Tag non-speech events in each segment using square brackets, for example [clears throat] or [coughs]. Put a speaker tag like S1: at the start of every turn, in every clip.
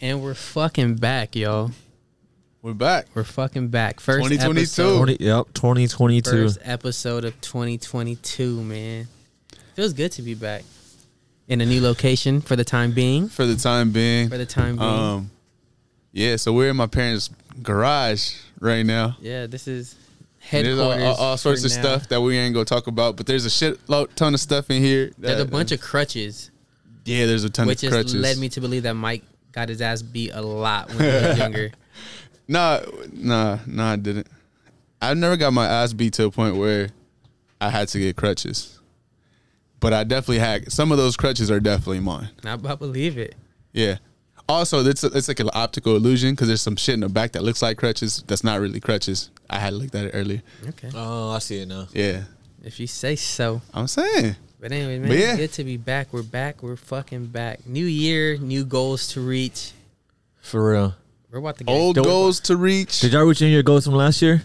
S1: And we're fucking back, y'all.
S2: We're back.
S1: We're fucking back. First
S2: 2022.
S1: episode,
S3: 20, yep, 2022.
S1: first episode of 2022, man. Feels good to be back in a new location for the time being.
S2: For the time being.
S1: For the time being,
S2: Um, yeah, so we're in my parents' garage right now.
S1: yeah. This is
S2: And There's
S1: headquarters.
S2: all, all, all sorts
S1: for
S2: of
S1: now.
S2: stuff that we ain't gonna talk about, but there's a shit lo- ton of stuff in here.
S1: There's a
S2: that-
S1: bunch of crutches,
S2: yeah. There's a ton
S1: which
S2: of
S1: has
S2: crutches.
S1: led me to believe that Mike got his ass beat a lot when he
S2: [laughs]
S1: was younger.
S2: Nah, nah, nah. I didn't. I never got my ass beat to a point where I had to get crutches, but I definitely had some of those crutches are definitely mine.
S1: Not but believe it.
S2: Yeah. Also, it's it's like an optical illusion because there's some shit in the back that looks like crutches that's not really crutches. I had looked at it earlier.
S1: Okay,
S2: Um,
S3: Oh, I see it now.
S2: Yeah,
S1: if you say so.
S2: I'm saying.
S1: But anyway, man,
S2: But yeah.
S1: it's good to be back. We're back. We're fucking back. New year, new goals to reach.
S3: For real.
S1: We're about to get
S2: Old
S3: Don't-
S2: goals to reach.
S3: Did y'all reach any of your goals from last year?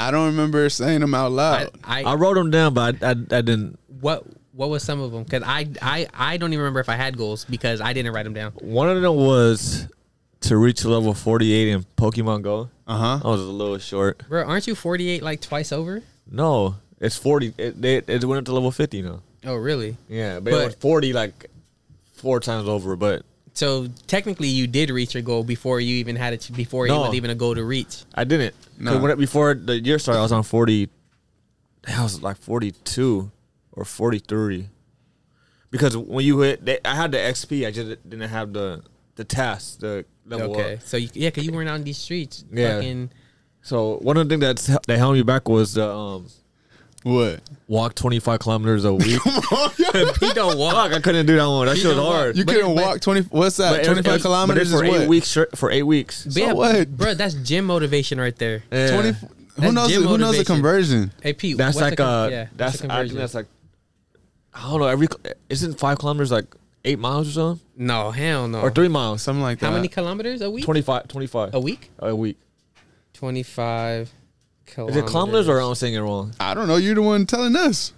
S2: I don't remember saying them out
S1: I,
S2: loud.
S1: I,
S3: I wrote them down, but I, I, I didn't.
S1: what what was some of them? Because I, I I don't even remember if I had goals because I didn't write them down.
S3: One of them was to reach level 48 in Pokemon Go.
S2: Uh
S1: Uh-huh.
S3: I
S2: huh.
S3: was a little short.
S1: Bro, aren't you 48 like twice over?
S3: No, it's 40. It, they, it went up to level 50 now.
S1: Oh, really?
S3: Yeah, but,
S1: But-
S3: it was 40 like four times over, but
S1: So technically, you did reach your goal before you even had it. Before
S3: No.
S1: it was even a goal to reach.
S3: I didn't. 'Cause
S2: No.
S3: when it- before the year started, I was on 40. I was like 42 or 43. Because when you hit, they, I had the XP. I just didn't have the the task, the level
S1: okay.
S3: up.
S1: So you, yeah, because you weren't out in these streets.
S3: Yeah.
S1: Fucking,
S3: So one of the things that's, hel- that held me back was the um,
S2: What?
S3: walk 25 kilometers a
S1: [laughs]
S3: week. [laughs]
S2: you
S3: he don't walk. I couldn't do that one. That shit was
S1: don't walk.
S3: hard.
S2: couldn't walk twenty. What's
S3: But
S2: that?
S3: it-
S2: Twenty
S3: it
S2: five
S3: was- but
S2: kilometers
S3: it for
S2: is
S3: eight
S2: what?
S3: weeks. straight- For eight weeks.
S1: But yeah,
S2: what?
S1: bro, that's gym motivation right there.
S3: Yeah.
S2: 20,
S1: That's
S2: who knows?
S1: gym
S2: Who knows the
S1: motivation.
S2: conversion?
S1: Hey Pete,
S3: Eh, That's
S1: what's
S3: like
S1: the,
S3: uh
S1: con- yeah, what's
S3: that's
S1: the
S3: I think
S1: conversion?
S3: that's like I don't know. Every isn't five kilometers like eight miles or something
S1: no hell no.
S3: or three uh, miles, something
S2: Something like that.
S1: How many kilometers a week?
S3: 25, 25
S1: a week?
S3: a week.
S1: 25
S3: Is
S1: kilometers.
S3: it kilometers or I'm saying it wrong?
S2: I don't know. You're the one telling us.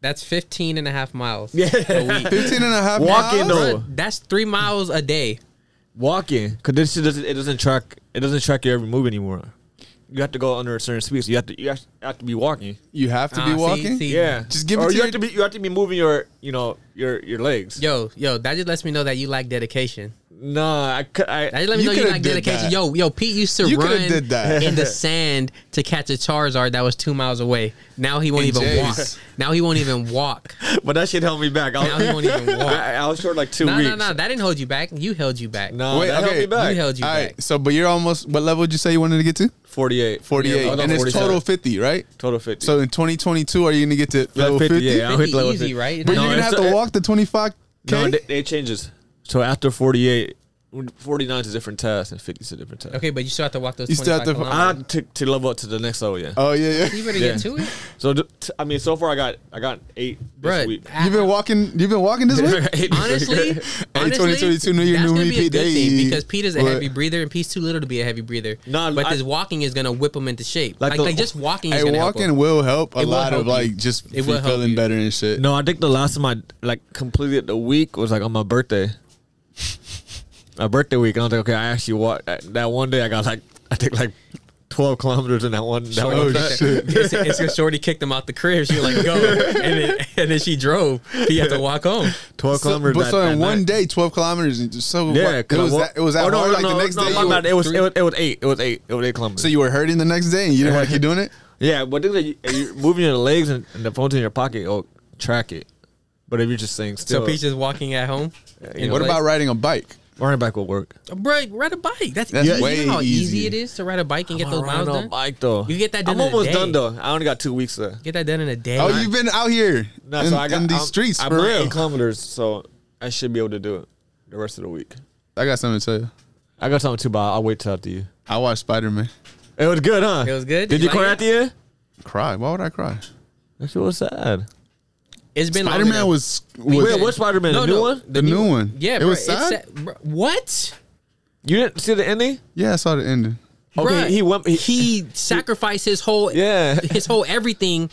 S1: That's 15 and a half miles.
S3: Yeah.
S2: [laughs]
S1: A week.
S2: 15 and a half
S3: Walking
S2: miles?
S3: though.
S1: Bro, that's three miles a day.
S3: Walking, cause this shit doesn't it doesn't track it doesn't track your every move anymore. You have to go under a certain speed, so you have to you have have to be walking.
S2: You have to
S1: Ah,
S2: be
S1: see,
S2: walking.
S1: see.
S3: Yeah,
S2: Just give it
S3: or
S2: to
S3: you
S2: your-
S3: have to be you have to be moving your you know your your legs.
S1: Yo, yo, that just lets me know that you lack dedication.
S3: Nah, I cou- I,
S1: That just let me
S2: You
S1: know you
S2: coulda
S1: lack
S2: did
S1: dedication.
S2: that.
S1: Yo, yo, Pete used to
S2: You coulda
S1: run
S2: did that. [laughs]
S1: in the sand to catch a Charizard that was two miles away. Now he won't
S2: In
S1: even
S2: Jays.
S1: walk. Now he won't even walk.
S3: [laughs] but that shit held me back. I
S1: Now he
S3: was,
S1: won't even
S2: [laughs]
S1: walk.
S3: [laughs] I, I was short like two
S1: No,
S3: weeks.
S1: no, no. That didn't hold you back. You held you back.
S3: Nah,
S2: Wait,
S3: that
S2: okay.
S3: held me back.
S1: You held you
S2: All
S1: back.
S2: right. So, but you're almost. What level did you say you wanted to get to?
S3: 48.
S2: 48.
S3: Yeah, I was
S2: and
S3: on
S2: it's
S3: 47.
S2: total 50, right?
S3: Total 50.
S2: So in 2022, are you gonna get to level 50?
S3: 50, yeah. I'll hit
S1: 50
S3: level
S1: easy,
S3: fifty.
S1: right?
S2: But
S3: No,
S2: you're gonna have
S3: it's-
S2: to walk the 25.
S3: no, it, it changes. So after 48, 49 is a different test and 50 is a different test.
S1: Okay, but you still have to walk those.
S2: You still have
S1: 25
S2: to-
S3: I
S1: kilometers.
S3: had to, to level up to the next level, yeah.
S2: Oh yeah,
S1: You
S2: yeah.
S1: better
S3: Yeah.
S1: get to it,
S3: So th- t- I mean, so far I got I got eight this
S1: bro.
S3: week.
S2: You've been walking. You've been walking this week.
S3: Eight this
S1: Honestly,
S3: week.
S1: honestly,
S2: 2022 New Year,
S1: that's
S2: new
S1: gonna
S2: me,
S1: be a
S2: Pete.
S1: good thing
S2: Hey.
S1: because Pete is a
S2: What?
S1: heavy breather and Pete's too little to be a heavy breather.
S3: Nah,
S1: but
S3: I-
S1: this walking is gonna whip him into shape. Like,
S3: Like
S1: like,
S3: the-
S1: just walking is
S2: Hey,
S1: gonna
S2: walking
S1: help him.
S2: will help a
S1: It will
S2: lot
S1: help
S2: of
S1: you.
S2: like just
S1: It will help
S2: feeling
S1: you.
S2: better and shit.
S3: no, I think the last time I like completed the week was like on my
S2: [laughs]
S3: birthday. my birthday week, and I was like, okay, I actually walked that, that one day. I got like I think like 12 kilometers in that one. That
S1: Shorty
S3: one
S2: Oh,
S1: kicked
S2: shit.
S1: him. It's, it's 'cause Shorty kicked him out the crib. She was like, "Go," and then, and then she drove. He had to walk home.
S3: 12
S2: So-
S3: kilometers.
S2: but
S3: that-
S2: so
S3: that
S2: in one
S3: night.
S2: day, 12 kilometers. and just So
S3: Yeah,
S2: yeah, it
S3: 'cause I
S2: was
S3: wa-
S2: that, it was that
S3: oh, no,
S2: hard.
S3: no,
S2: like the
S3: no,
S2: next
S3: no,
S2: day,
S3: my
S2: you
S3: bad.
S2: were,
S3: It was
S1: three-
S3: it was it was eight. It was eight. It was eight kilometers.
S2: so you were hurting the next day, and you didn't want to keep doing it.
S3: yeah, but then you, you're moving your legs and, and the phone's in your pocket. Oh, track it. But if you're just saying
S1: So
S3: still,
S1: Pete's just walking at home. in
S2: What
S1: place.
S2: about riding a bike?
S3: running back will work.
S1: bro? Ride a bike. That's,
S2: That's
S1: easy.
S2: way
S1: you know how easy
S2: easier.
S1: it is to ride a bike and get those
S3: I'm
S1: miles
S3: riding on
S1: done.
S3: bike though.
S1: You get that done
S3: I'm
S1: in a
S3: almost
S1: day.
S3: done though. I only got two weeks left.
S1: Get that done in a day.
S2: Oh, you've been out here
S3: No,
S2: in,
S3: so I got
S2: in these
S3: I'm-
S2: streets
S3: I'm
S2: for
S3: at
S2: real.
S3: Eight kilometers, so I should be able to do it the rest of the week.
S2: I got something to tell you.
S3: I got something too, but I'll wait till after you.
S2: I watched Spider Man.
S3: It was good, huh?
S1: It was good?
S3: Did
S1: You
S3: you,
S1: like
S3: cry
S1: it?
S3: at the end?
S2: Cry? Why would I cry?
S3: That shit was sad.
S1: It's been long
S2: Spider Man
S1: enough.
S2: was, was
S3: Wait, what Spider Man?
S1: No,
S3: the new
S1: no.
S3: one?
S2: the new one.
S1: Yeah,
S2: it
S1: bro,
S2: was
S1: it's
S2: sad.
S1: sad- bro, what?
S3: You didn't see the ending?
S2: Yeah, I saw the ending.
S3: Okay,
S1: Bruh, [laughs]
S3: he went-
S1: He,
S3: he-
S1: sacrificed [laughs] his whole,
S3: Yeah.
S1: his whole everything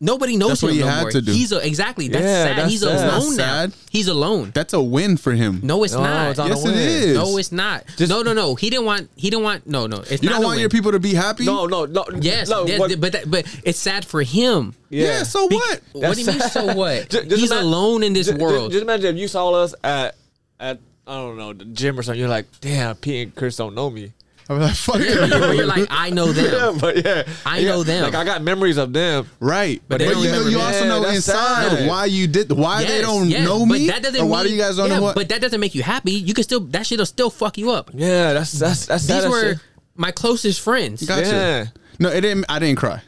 S1: Nobody knows
S2: That's
S1: him
S2: what he
S1: no
S2: had
S1: more.
S2: to do.
S1: He's a, exactly. That's
S3: Yeah,
S1: sad.
S3: that's
S1: He's
S3: sad.
S1: alone
S2: That's
S1: now.
S2: sad.
S1: He's alone.
S2: That's a win for him.
S1: No, it's
S3: No,
S1: not.
S3: it's not
S2: yes,
S3: a
S2: it
S3: win.
S2: is.
S1: No, it's not. no, no, no. He didn't want. He didn't want. No, no. It's
S2: you
S1: not a
S2: don't want
S1: win.
S2: your people to be happy.
S3: No, no, no.
S1: Yes,
S3: no,
S1: yes,
S3: what-
S1: but that, but it's sad for him.
S2: Yeah. so
S1: Be-
S2: what?
S1: What do you mean?
S3: That's-
S1: So
S2: [laughs]
S1: what?
S3: Ju- just
S1: He's
S3: ima-
S1: alone in this
S3: ju- ju-
S1: world.
S3: Just, imagine if you saw us at at I don't know the gym or something. You're like, damn, Pete and Chris don't know me.
S2: I'm like,
S1: [laughs]
S2: fuck you.
S1: Or you're like, I know
S3: Yeah,
S1: them.
S3: [laughs] but yeah,
S1: I
S3: Yeah,
S1: know them.
S3: Like I got memories of them.
S2: Right,
S1: But
S2: but,
S1: they don't
S2: you, know,
S1: remember
S2: you
S1: me.
S2: also
S3: Yeah,
S2: know
S3: that's
S2: inside
S3: sad.
S2: why you did, why they
S1: Yes,
S2: don't
S1: yes,
S2: know
S1: but
S2: me,
S1: that doesn't
S2: or why
S1: mean,
S2: do you guys don't
S1: yeah,
S2: know what?
S1: But that doesn't make you happy. You can still that shit'll still fuck you up.
S3: Yeah, that's that's that's
S1: These
S3: that
S1: were
S3: shit.
S1: my closest friends.
S2: gotcha.
S3: Yeah.
S2: No, it didn't. I didn't cry.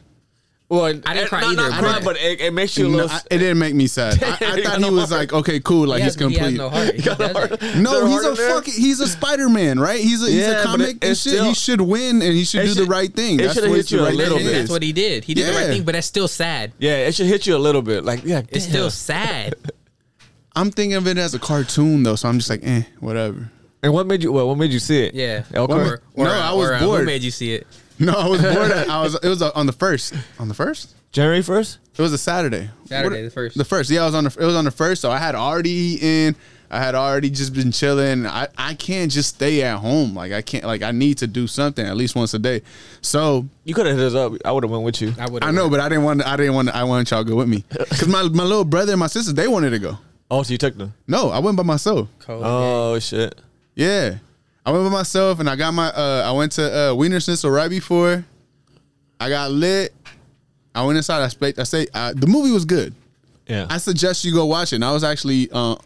S3: Well, I didn't
S1: cry
S3: not,
S1: either,
S3: Not cry,
S1: but-
S3: but it, it makes you a
S2: No,
S3: little.
S2: I- it didn't make me sad. I, I
S3: You got
S2: thought he
S3: no
S2: was
S3: heart.
S2: like, okay, cool, like
S1: He
S2: he's
S1: has- he has
S2: complete.
S1: no
S3: [laughs]
S1: heart. He doesn't.
S2: No, he's a
S3: harder there?
S2: fucking he's a Spider Man, right? He's a he's
S3: Yeah,
S2: a
S3: but
S2: comic
S3: it-
S2: and
S3: it's
S2: shit.
S3: still-
S2: he should win and he should
S3: it
S2: do the
S3: should-
S2: right thing.
S3: it
S2: That's
S3: should
S2: what
S3: hit
S2: the
S3: you a
S2: right
S3: little
S2: thing
S3: bit.
S2: is.
S1: That's what he did. He did the right
S2: Yeah.
S1: thing, but that's still sad.
S3: yeah, it should hit you a little bit. Like yeah,
S1: It's
S3: damn. [laughs]
S1: still sad.
S2: I'm thinking of it as a cartoon though, so I'm just like, eh, whatever. [laughs]
S3: And what made you? Well, what made you see it?
S1: Yeah.
S3: Okay.
S1: Or, or,
S2: No, I was
S1: or, uh, who
S2: bored.
S1: made you see it?
S2: No, I was bored. I was. It was uh, on the first. On the first.
S3: January first.
S2: It was a Saturday.
S1: Saturday, the first.
S2: The first. Yeah, I was on the. It was on the first. So I had already eaten. I had already just been chilling. I I can't just stay at home. Like I can't. Like I need to do something at least once a day. So
S3: You could have hit us up. I would have went with you.
S1: I would.
S2: I know, but I didn't want. I didn't want. I wanted y'all to go with me because my my little brother and my sister they wanted to go.
S3: Oh, so you took them.
S2: No, I went by myself.
S1: Cold.
S2: Uh,
S3: Oh shit.
S2: Yeah, I went by myself, and I got my. Uh, I went to uh, Wiener Schnitzel right before. I got lit. I went inside. I spent. I say uh, the movie was good.
S3: Yeah.
S2: I suggest you go watch it. And I was actually uh,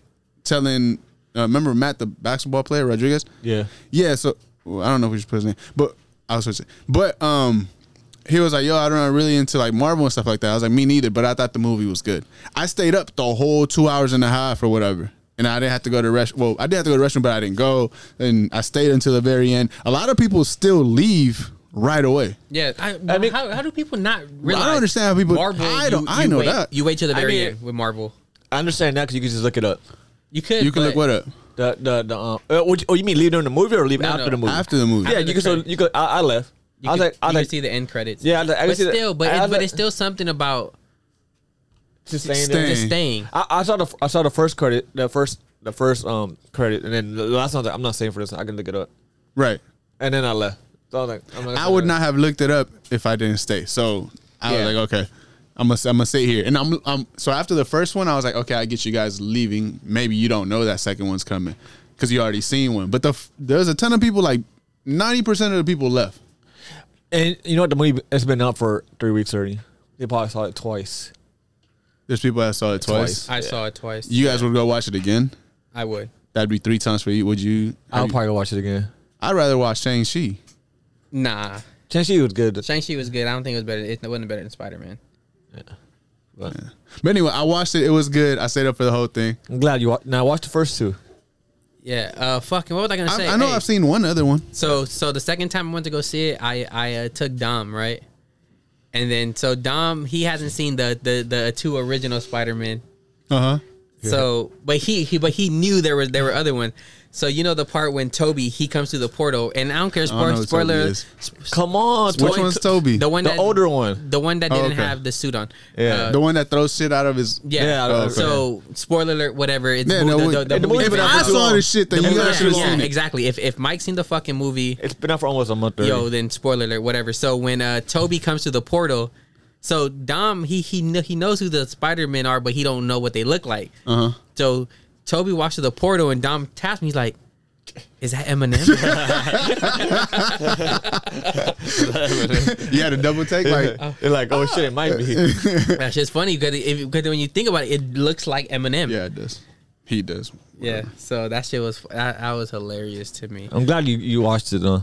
S2: telling. Uh, remember Matt, the basketball player Rodriguez.
S3: yeah.
S2: Yeah, so well, I don't know if we should put his name, but I was switching. But um, he was like, "Yo, I don't know, really into like Marvel and stuff like that." I was like, "Me neither," but I thought the movie was good. I stayed up the whole two hours and a half or whatever, and I didn't have to go to rest. Well, I did have to go to the restroom, but I didn't go, and I stayed until the very end. A lot of people still leave right away.
S1: Yeah, I,
S3: mean-
S1: how, how do people not realize?
S2: understand how people-
S1: Marvel.
S2: I don't-
S1: you-
S2: I
S1: you
S2: know
S1: wait,
S2: that.
S1: you wait till the
S3: I
S1: very
S3: mean-
S1: end with Marvel.
S3: I understand that because you can just look it up.
S1: You could.
S2: You can
S1: but
S2: look what up
S3: The the the um. Uh, what you- oh, you mean leave during the movie or leave
S1: No,
S3: after
S1: no.
S3: the movie?
S2: after the movie.
S3: Yeah,
S1: After
S3: you can.
S1: the
S3: So
S1: credits.
S3: you could. I, I left.
S1: You
S3: I was
S1: could-
S3: like, I
S1: you
S3: was
S1: could
S3: like,
S1: see the end credits.
S3: yeah. I, was like, I
S1: but
S3: could see
S1: still,
S3: the,
S1: but
S3: I,
S1: it's,
S3: was
S1: but
S3: like-
S1: it's still something about
S3: just staying
S2: Staying.
S3: there.
S1: the
S2: Dang.
S1: staying.
S3: I, I saw the I saw the first credit, the first the first um credit, and then the last one I was like, I'm not saying for this. I can look it up,
S2: right.
S3: and then I left. So I was like, I'm not
S2: I would not have looked it up if I didn't stay. So I
S3: Yeah.
S2: was like, okay, I'm gonna I'm gonna sit here. And I'm I'm so after the first one, I was like, okay, I get you guys leaving. Maybe you don't know that second one's coming because you already seen one. But the f- there's a ton of people like ninety percent of the people left.
S3: And you know what? The movie it's been out for three weeks already. They probably saw it twice.
S2: There's people that saw it twice.
S3: Twice.
S1: I saw it twice.
S2: You guys would go watch it again.
S1: I would.
S2: That'd be three times for you. Would you?
S3: I'll
S2: have you-
S3: probably watch it again.
S2: I'd rather watch Shang Chi.
S1: Nah,
S3: Shang Chi was good.
S1: Shang Chi was good. I don't think it was better. It wasn't better than Spider Man.
S3: but
S2: But anyway, I watched it. It was good. I stayed up for the whole thing.
S3: I'm glad you watched. Now watch the first two.
S1: Yeah. Uh, fucking. What was I gonna say?
S2: I, I know
S1: Hey,
S2: I've seen one other one.
S1: So, so the second time I went to go see it, I I uh, took Dom right, and then so Dom he hasn't seen the the the uh, two original Spider Man.
S2: Uh huh.
S1: So, but he, he but he knew there was there were other one. So you know the part when Toby he comes through the portal, and I don't care
S2: don't
S1: spoiler
S2: know who Toby
S1: spoiler,
S2: is.
S1: sp-
S3: Come on,
S2: Which one's Toby?
S1: the one
S3: The
S1: that,
S3: older one.
S1: the one that
S2: Oh,
S1: didn't
S2: okay.
S1: have the suit on.
S3: Yeah.
S1: Uh,
S2: the one that throws shit out of his. Oh,
S1: yeah.
S3: Yeah, okay.
S1: So spoiler alert, whatever. It's
S2: Yeah,
S1: who-
S2: no,
S1: the,
S2: we-
S1: the, the
S2: If
S1: movie-
S3: movie-
S2: I
S3: Yeah.
S2: saw this shit, then
S1: the
S2: you
S1: movie-
S2: guys should have
S1: yeah,
S2: seen it.
S1: exactly. If if Mike's seen the fucking movie,
S3: It's been out for almost a month. Already.
S1: yo, then spoiler alert, whatever. So when uh Toby comes to the portal, so Dom he he kn- he knows who the Spider Men are, but he don't know what they look like.
S2: Uh huh.
S1: So Toby walks to the portal and Dom taps me. He's like, "Is that Eminem?" [laughs]
S2: [laughs] You had a double take, like
S3: They're like,
S1: Ah.
S3: oh shit, it might be.
S1: That's just funny because when you think about it, it looks like Eminem.
S2: yeah, it does. He does.
S1: Yeah. So that shit was that, that was hilarious to me.
S3: I'm glad you, you watched it though.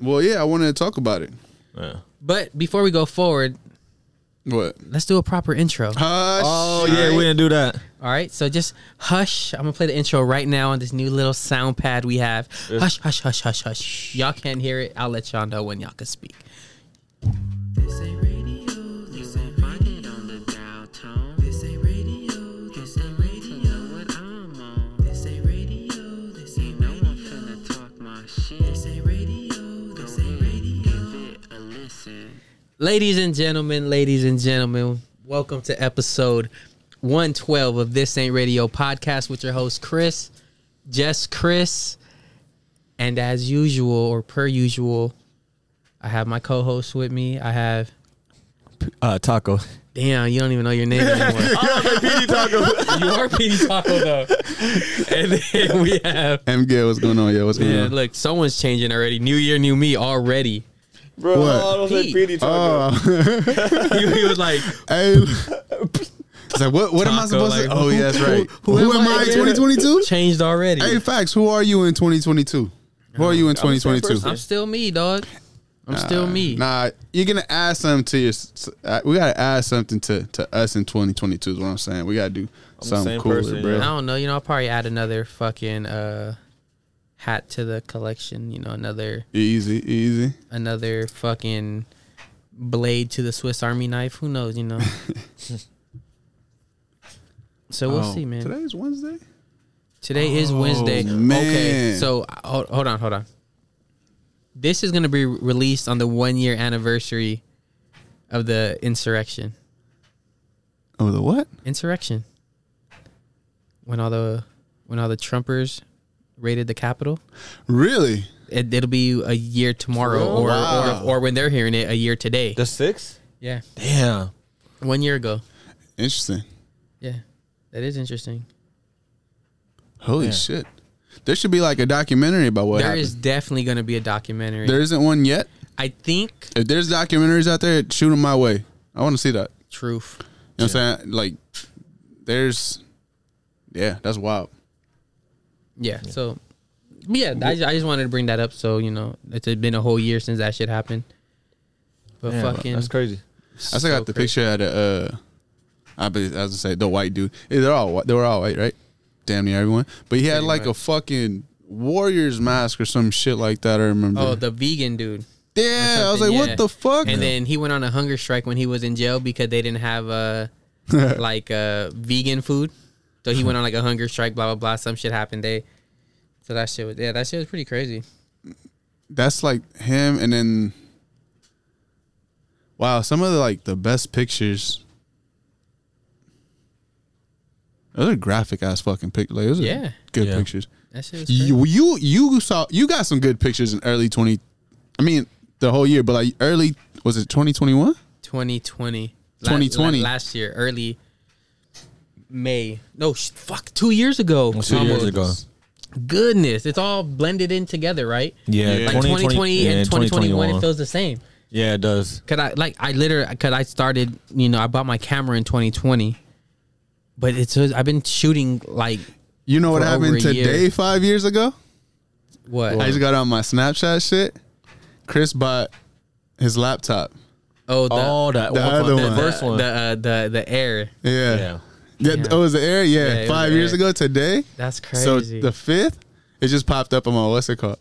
S2: Well, yeah, I wanted to talk about it.
S3: Yeah.
S1: But before we go forward,
S2: What?
S1: let's do a proper intro.
S2: Hush.
S3: Oh yeah, we didn't do that.
S1: All right. So just hush. I'm gonna play the intro right now on this new little sound pad we have. Hush, hush, hush, hush, hush. Y'all can't hear it. I'll let y'all know when y'all can speak.
S4: This ain't radio, this ain't fighting on the dial tone. This ain't radio, this ain't radio, know what I'm on. This ain't radio, this ain't no one finna talk my shit. This ain't radio, this ain't radio. Give it a listen.
S1: Ladies and gentlemen, ladies and gentlemen, Welcome to episode 112 of This Ain't Radio podcast with your host, Chris, just Chris. And as usual, or per usual, I have my co host with me. I have,
S3: Uh, taco.
S1: damn, you don't even know your
S2: [laughs]
S1: name anymore.
S3: taco.
S1: [laughs] you are PD Taco, though. And then we have,
S2: MG, what's going on? Yo, what's going
S1: yeah,
S2: on?
S1: look, someone's changing already. New year, new me already.
S3: Bro,
S2: What?
S3: I don't say
S1: Pete.
S3: PD taco.
S2: Oh,
S1: He, he was
S2: [laughs]
S1: like,
S2: hey. It's like what? What am I
S1: Taco,
S2: supposed
S1: like,
S2: to? Oh,
S1: who-
S2: yeah, that's right.
S1: who
S2: Who,
S1: am
S2: am
S1: I
S2: I in
S1: again?
S2: 2022?
S1: changed already.
S2: Hey, facts. Who are you in 2022? Who are you in
S3: I'm the same
S2: 2022?
S1: I'm still me, dog. I'm still me.
S2: Nah, you're gonna add something to your. s- uh, We gotta add something to to us in 2022. Is what I'm saying. We gotta do
S3: the
S2: something
S3: same
S2: cooler,
S3: person,
S1: I
S2: bro.
S3: yeah.
S1: don't know. You know, I'll probably add another fucking uh, hat to the collection. You know, another
S2: Easy, easy.
S1: another fucking blade to the Swiss Army knife. Who knows?
S2: [laughs]
S1: You know. so we'll
S2: Oh,
S1: see, man. Today,
S2: Today's Wednesday.
S1: is Wednesday. Okay,
S2: Oh, man.
S1: so uh, hold, hold on, hold on. This is gonna be re- released on the one year anniversary of the insurrection.
S2: Oh, the what?
S1: insurrection when all the when all the trumpers raided the capitol
S2: Really?
S1: it, it'll be a year tomorrow or,
S2: Oh, Wow.
S1: or or when they're hearing it a year today
S3: The six?
S1: yeah
S3: Damn.
S1: one year ago
S2: Interesting.
S1: yeah that is interesting
S2: Holy shit. There should be like a documentary about what
S1: There
S2: happened.
S1: is definitely going to be a documentary
S2: there isn't one yet.
S1: i think
S2: If there's documentaries out there, shoot them my way. I want to see that.
S1: truth
S2: You know what I'm saying? Like, there's, yeah, that's wild.
S1: yeah, so but yeah I, ju- I just wanted to bring that up so you know it's been a whole year since that shit happened but
S3: Damn,
S1: fucking
S3: That's crazy.
S2: I still got the
S1: crazy.
S2: picture of the, uh, I be- I was gonna say the white dude. Yeah, They're all white. They were all white, right? Damn near everyone. But he had
S1: Pretty
S2: like a
S1: much.
S2: fucking warrior's mask or some shit like that. I remember.
S1: oh the vegan dude
S2: yeah, I was like,
S1: something, yeah.
S2: what the fuck?
S1: And then he went on a hunger strike when he was in jail because they didn't have uh like uh vegan food. So he went on like a hunger strike, blah blah blah. Some shit happened. They so that shit was yeah, that shit was pretty crazy.
S2: that's like him and then wow some of the like the best pictures those are graphic ass fucking pictures like, those are
S1: Yeah.
S2: good
S3: Yeah.
S2: pictures
S1: That shit was crazy.
S2: you, you you saw you got some good pictures in early 20 i mean the whole year but like early was it 2021
S1: twenty twenty.
S2: 2020.
S1: last year, early May. No sh- fuck two years ago.
S3: Two years
S1: Almost.
S3: ago.
S1: Goodness. It's all blended in together, right?
S3: Yeah,
S1: Like twenty twenty and twenty twenty one it feels the same.
S3: yeah, it does.
S1: Cause I like I literally cause I started you know I bought my camera in 2020, but it's I've been shooting like
S2: you know what
S1: For over
S2: happened
S1: a year.
S2: today five years ago
S1: what
S2: i just got on my snapchat shit chris bought his laptop
S1: oh the
S3: oh, that
S2: the
S3: one,
S2: other
S3: the
S2: one.
S3: first
S1: the,
S3: one.
S1: the uh, the the air
S2: yeah,
S3: yeah.
S2: Yeah,
S1: Yeah.
S2: Oh, it was the air.
S1: Yeah, it
S2: Yeah,
S1: was
S2: five
S1: the
S2: years
S1: air.
S2: ago today.
S1: that's
S2: So
S1: crazy
S2: the fifth, it just popped up on my what's it called?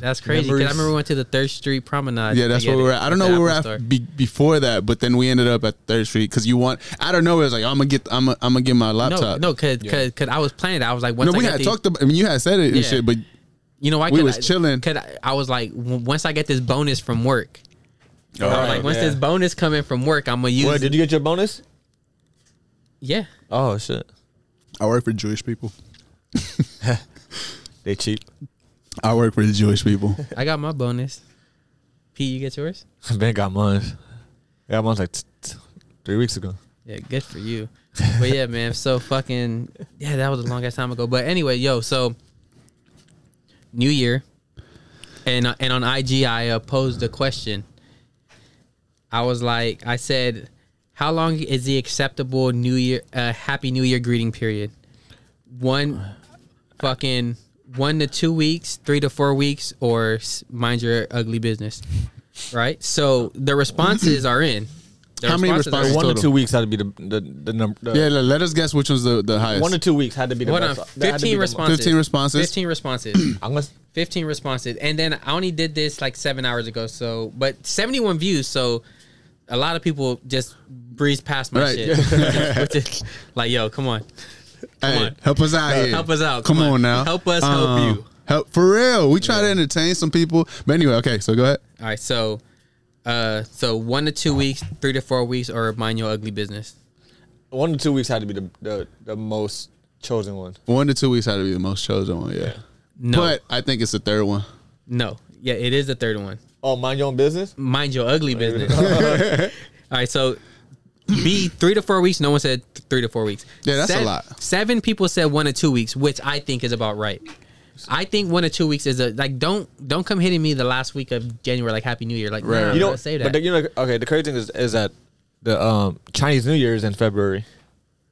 S1: that's crazy 'cause I remember we went to the Third Street Promenade
S2: yeah, that's
S1: to get
S2: where we were
S1: it
S2: at. I don't know
S1: the
S2: where we were
S1: Apple
S2: at be, before that, but then we ended up at Third Street because you want. I don't know. It was like I'm gonna get. I'm gonna, I'm gonna get my
S1: Store.
S2: laptop.
S1: no no cause, cause 'cause I was planning that. I was like once
S2: no. We
S1: I
S2: had
S1: get the,
S2: talked about. I mean, you had said it
S1: Yeah.
S2: and shit, but
S1: you know I
S2: we
S1: could-
S2: was chilling.
S1: cause I, I was like w- once I get this bonus from work
S2: Oh,
S1: I was
S3: Alright,
S1: like once
S3: yeah.
S1: this bonus coming from work I'm gonna use
S3: Wait, did you get your bonus?
S1: yeah
S3: Oh shit,
S2: I work for Jewish people.
S3: they cheap.
S2: I work for the Jewish [laughs] people.
S1: I got my bonus Pete you get yours
S3: [laughs] Ben got mine. I got mine like t- t- three weeks ago.
S1: Yeah, good for you. but yeah, man. So fucking yeah, that was a long ass time ago. But anyway, yo, so New Year, and uh, and on IG I uh, posed a question. I was like, I said, how long is the acceptable New Year, uh, Happy New Year greeting period? One, fucking one to two weeks, three to four weeks, or s- mind your ugly business. Right. So the responses are in. The
S2: How many
S1: are in.
S2: responses
S3: one to
S2: total.
S3: two weeks had to be the the, the number.
S2: yeah, le- let us guess which was the the highest.
S3: one to two weeks had to be the
S1: Hold on,
S3: best. That had to
S1: fifteen
S3: be the-
S1: responses.
S2: 15 responses.
S1: Fifteen
S2: [clears throat]
S1: responses.
S3: I'm gonna,
S1: Fifteen responses. And then I only did this like seven hours ago. So, but seventy-one views. So, a lot of people just breeze past my
S2: Right. [laughs]
S1: shit. [laughs] Which is- like, yo, come on,
S2: Hey,
S1: on.
S2: help us out here.
S1: help us out.
S2: Come, on. now.
S1: help us help
S2: Um,
S1: you.
S2: Help for real. We try to entertain some people, but anyway. Okay, so go ahead.
S1: All right, so Uh, so one to two weeks, three to four weeks, or mind your ugly business.
S3: One to two weeks had to be the the, the most chosen one.
S2: One to two weeks had to be the most chosen one. Yeah.
S1: No,
S2: But I think it's the third one.
S1: no, yeah, it is the third one.
S3: Oh, mind your own business.
S1: Mind your ugly business. [laughs] All right, so B three to four weeks. No one said th- three to four weeks.
S2: Yeah, that's a
S1: Sev-
S2: lot.
S1: Seven people said one to two weeks, which I think is about right. I think one to two weeks is a like don't don't come hitting me the last week of January like Happy New Year like nah,
S2: Right. You
S1: you
S3: You know,
S1: don't say that
S3: but the, you know, okay. The crazy thing is, is that the um, Chinese New Year's in February,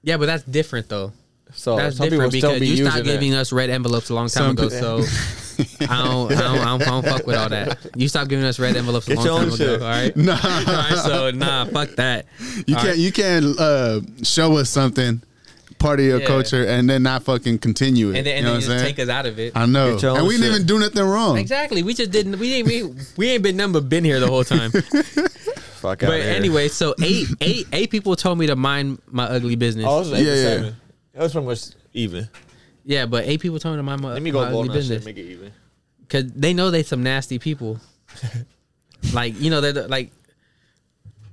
S1: yeah but that's different though
S3: so
S1: that's
S3: Oh, some people
S1: different
S3: still
S1: because
S3: be
S1: you
S3: using
S1: stopped
S3: it.
S1: giving us red envelopes a long time
S2: Some
S1: ago
S2: pe-
S1: so
S3: [laughs]
S1: I don't, I don't I don't I don't fuck with all that you stopped giving us red envelopes a
S3: Get
S1: long
S3: your own
S1: time ago
S3: shit.
S1: all
S3: [laughs]
S1: right
S2: Nah.
S1: all right so nah fuck that
S2: You
S1: All
S2: can't
S1: right.
S2: you can't uh, show us something, part of your
S1: Yeah.
S2: culture, and then not fucking continue it.
S1: and then, and then you
S2: you know what I'm
S1: just
S2: saying?
S1: take us out of it
S2: I know,
S3: Get your
S2: and
S3: own
S2: we didn't
S3: shit.
S2: even do nothing wrong.
S1: Exactly. We just didn't. We ain't. We, we ain't been number been here the whole
S3: [laughs]
S1: time.
S3: Fuck
S1: but
S3: outta here.
S1: anyway, so eight eight eight people told me to mind my ugly business.
S3: Oh, it was eight
S2: Yeah,
S3: to
S2: yeah.
S3: seven. It was pretty much even.
S1: yeah, but eight people told me to mind my,
S3: Let me go
S1: my
S3: vote
S1: ugly
S3: on that shit.
S1: business
S3: Make it even.
S1: because they know they some nasty
S3: [laughs]
S1: people. like you know they're the- like.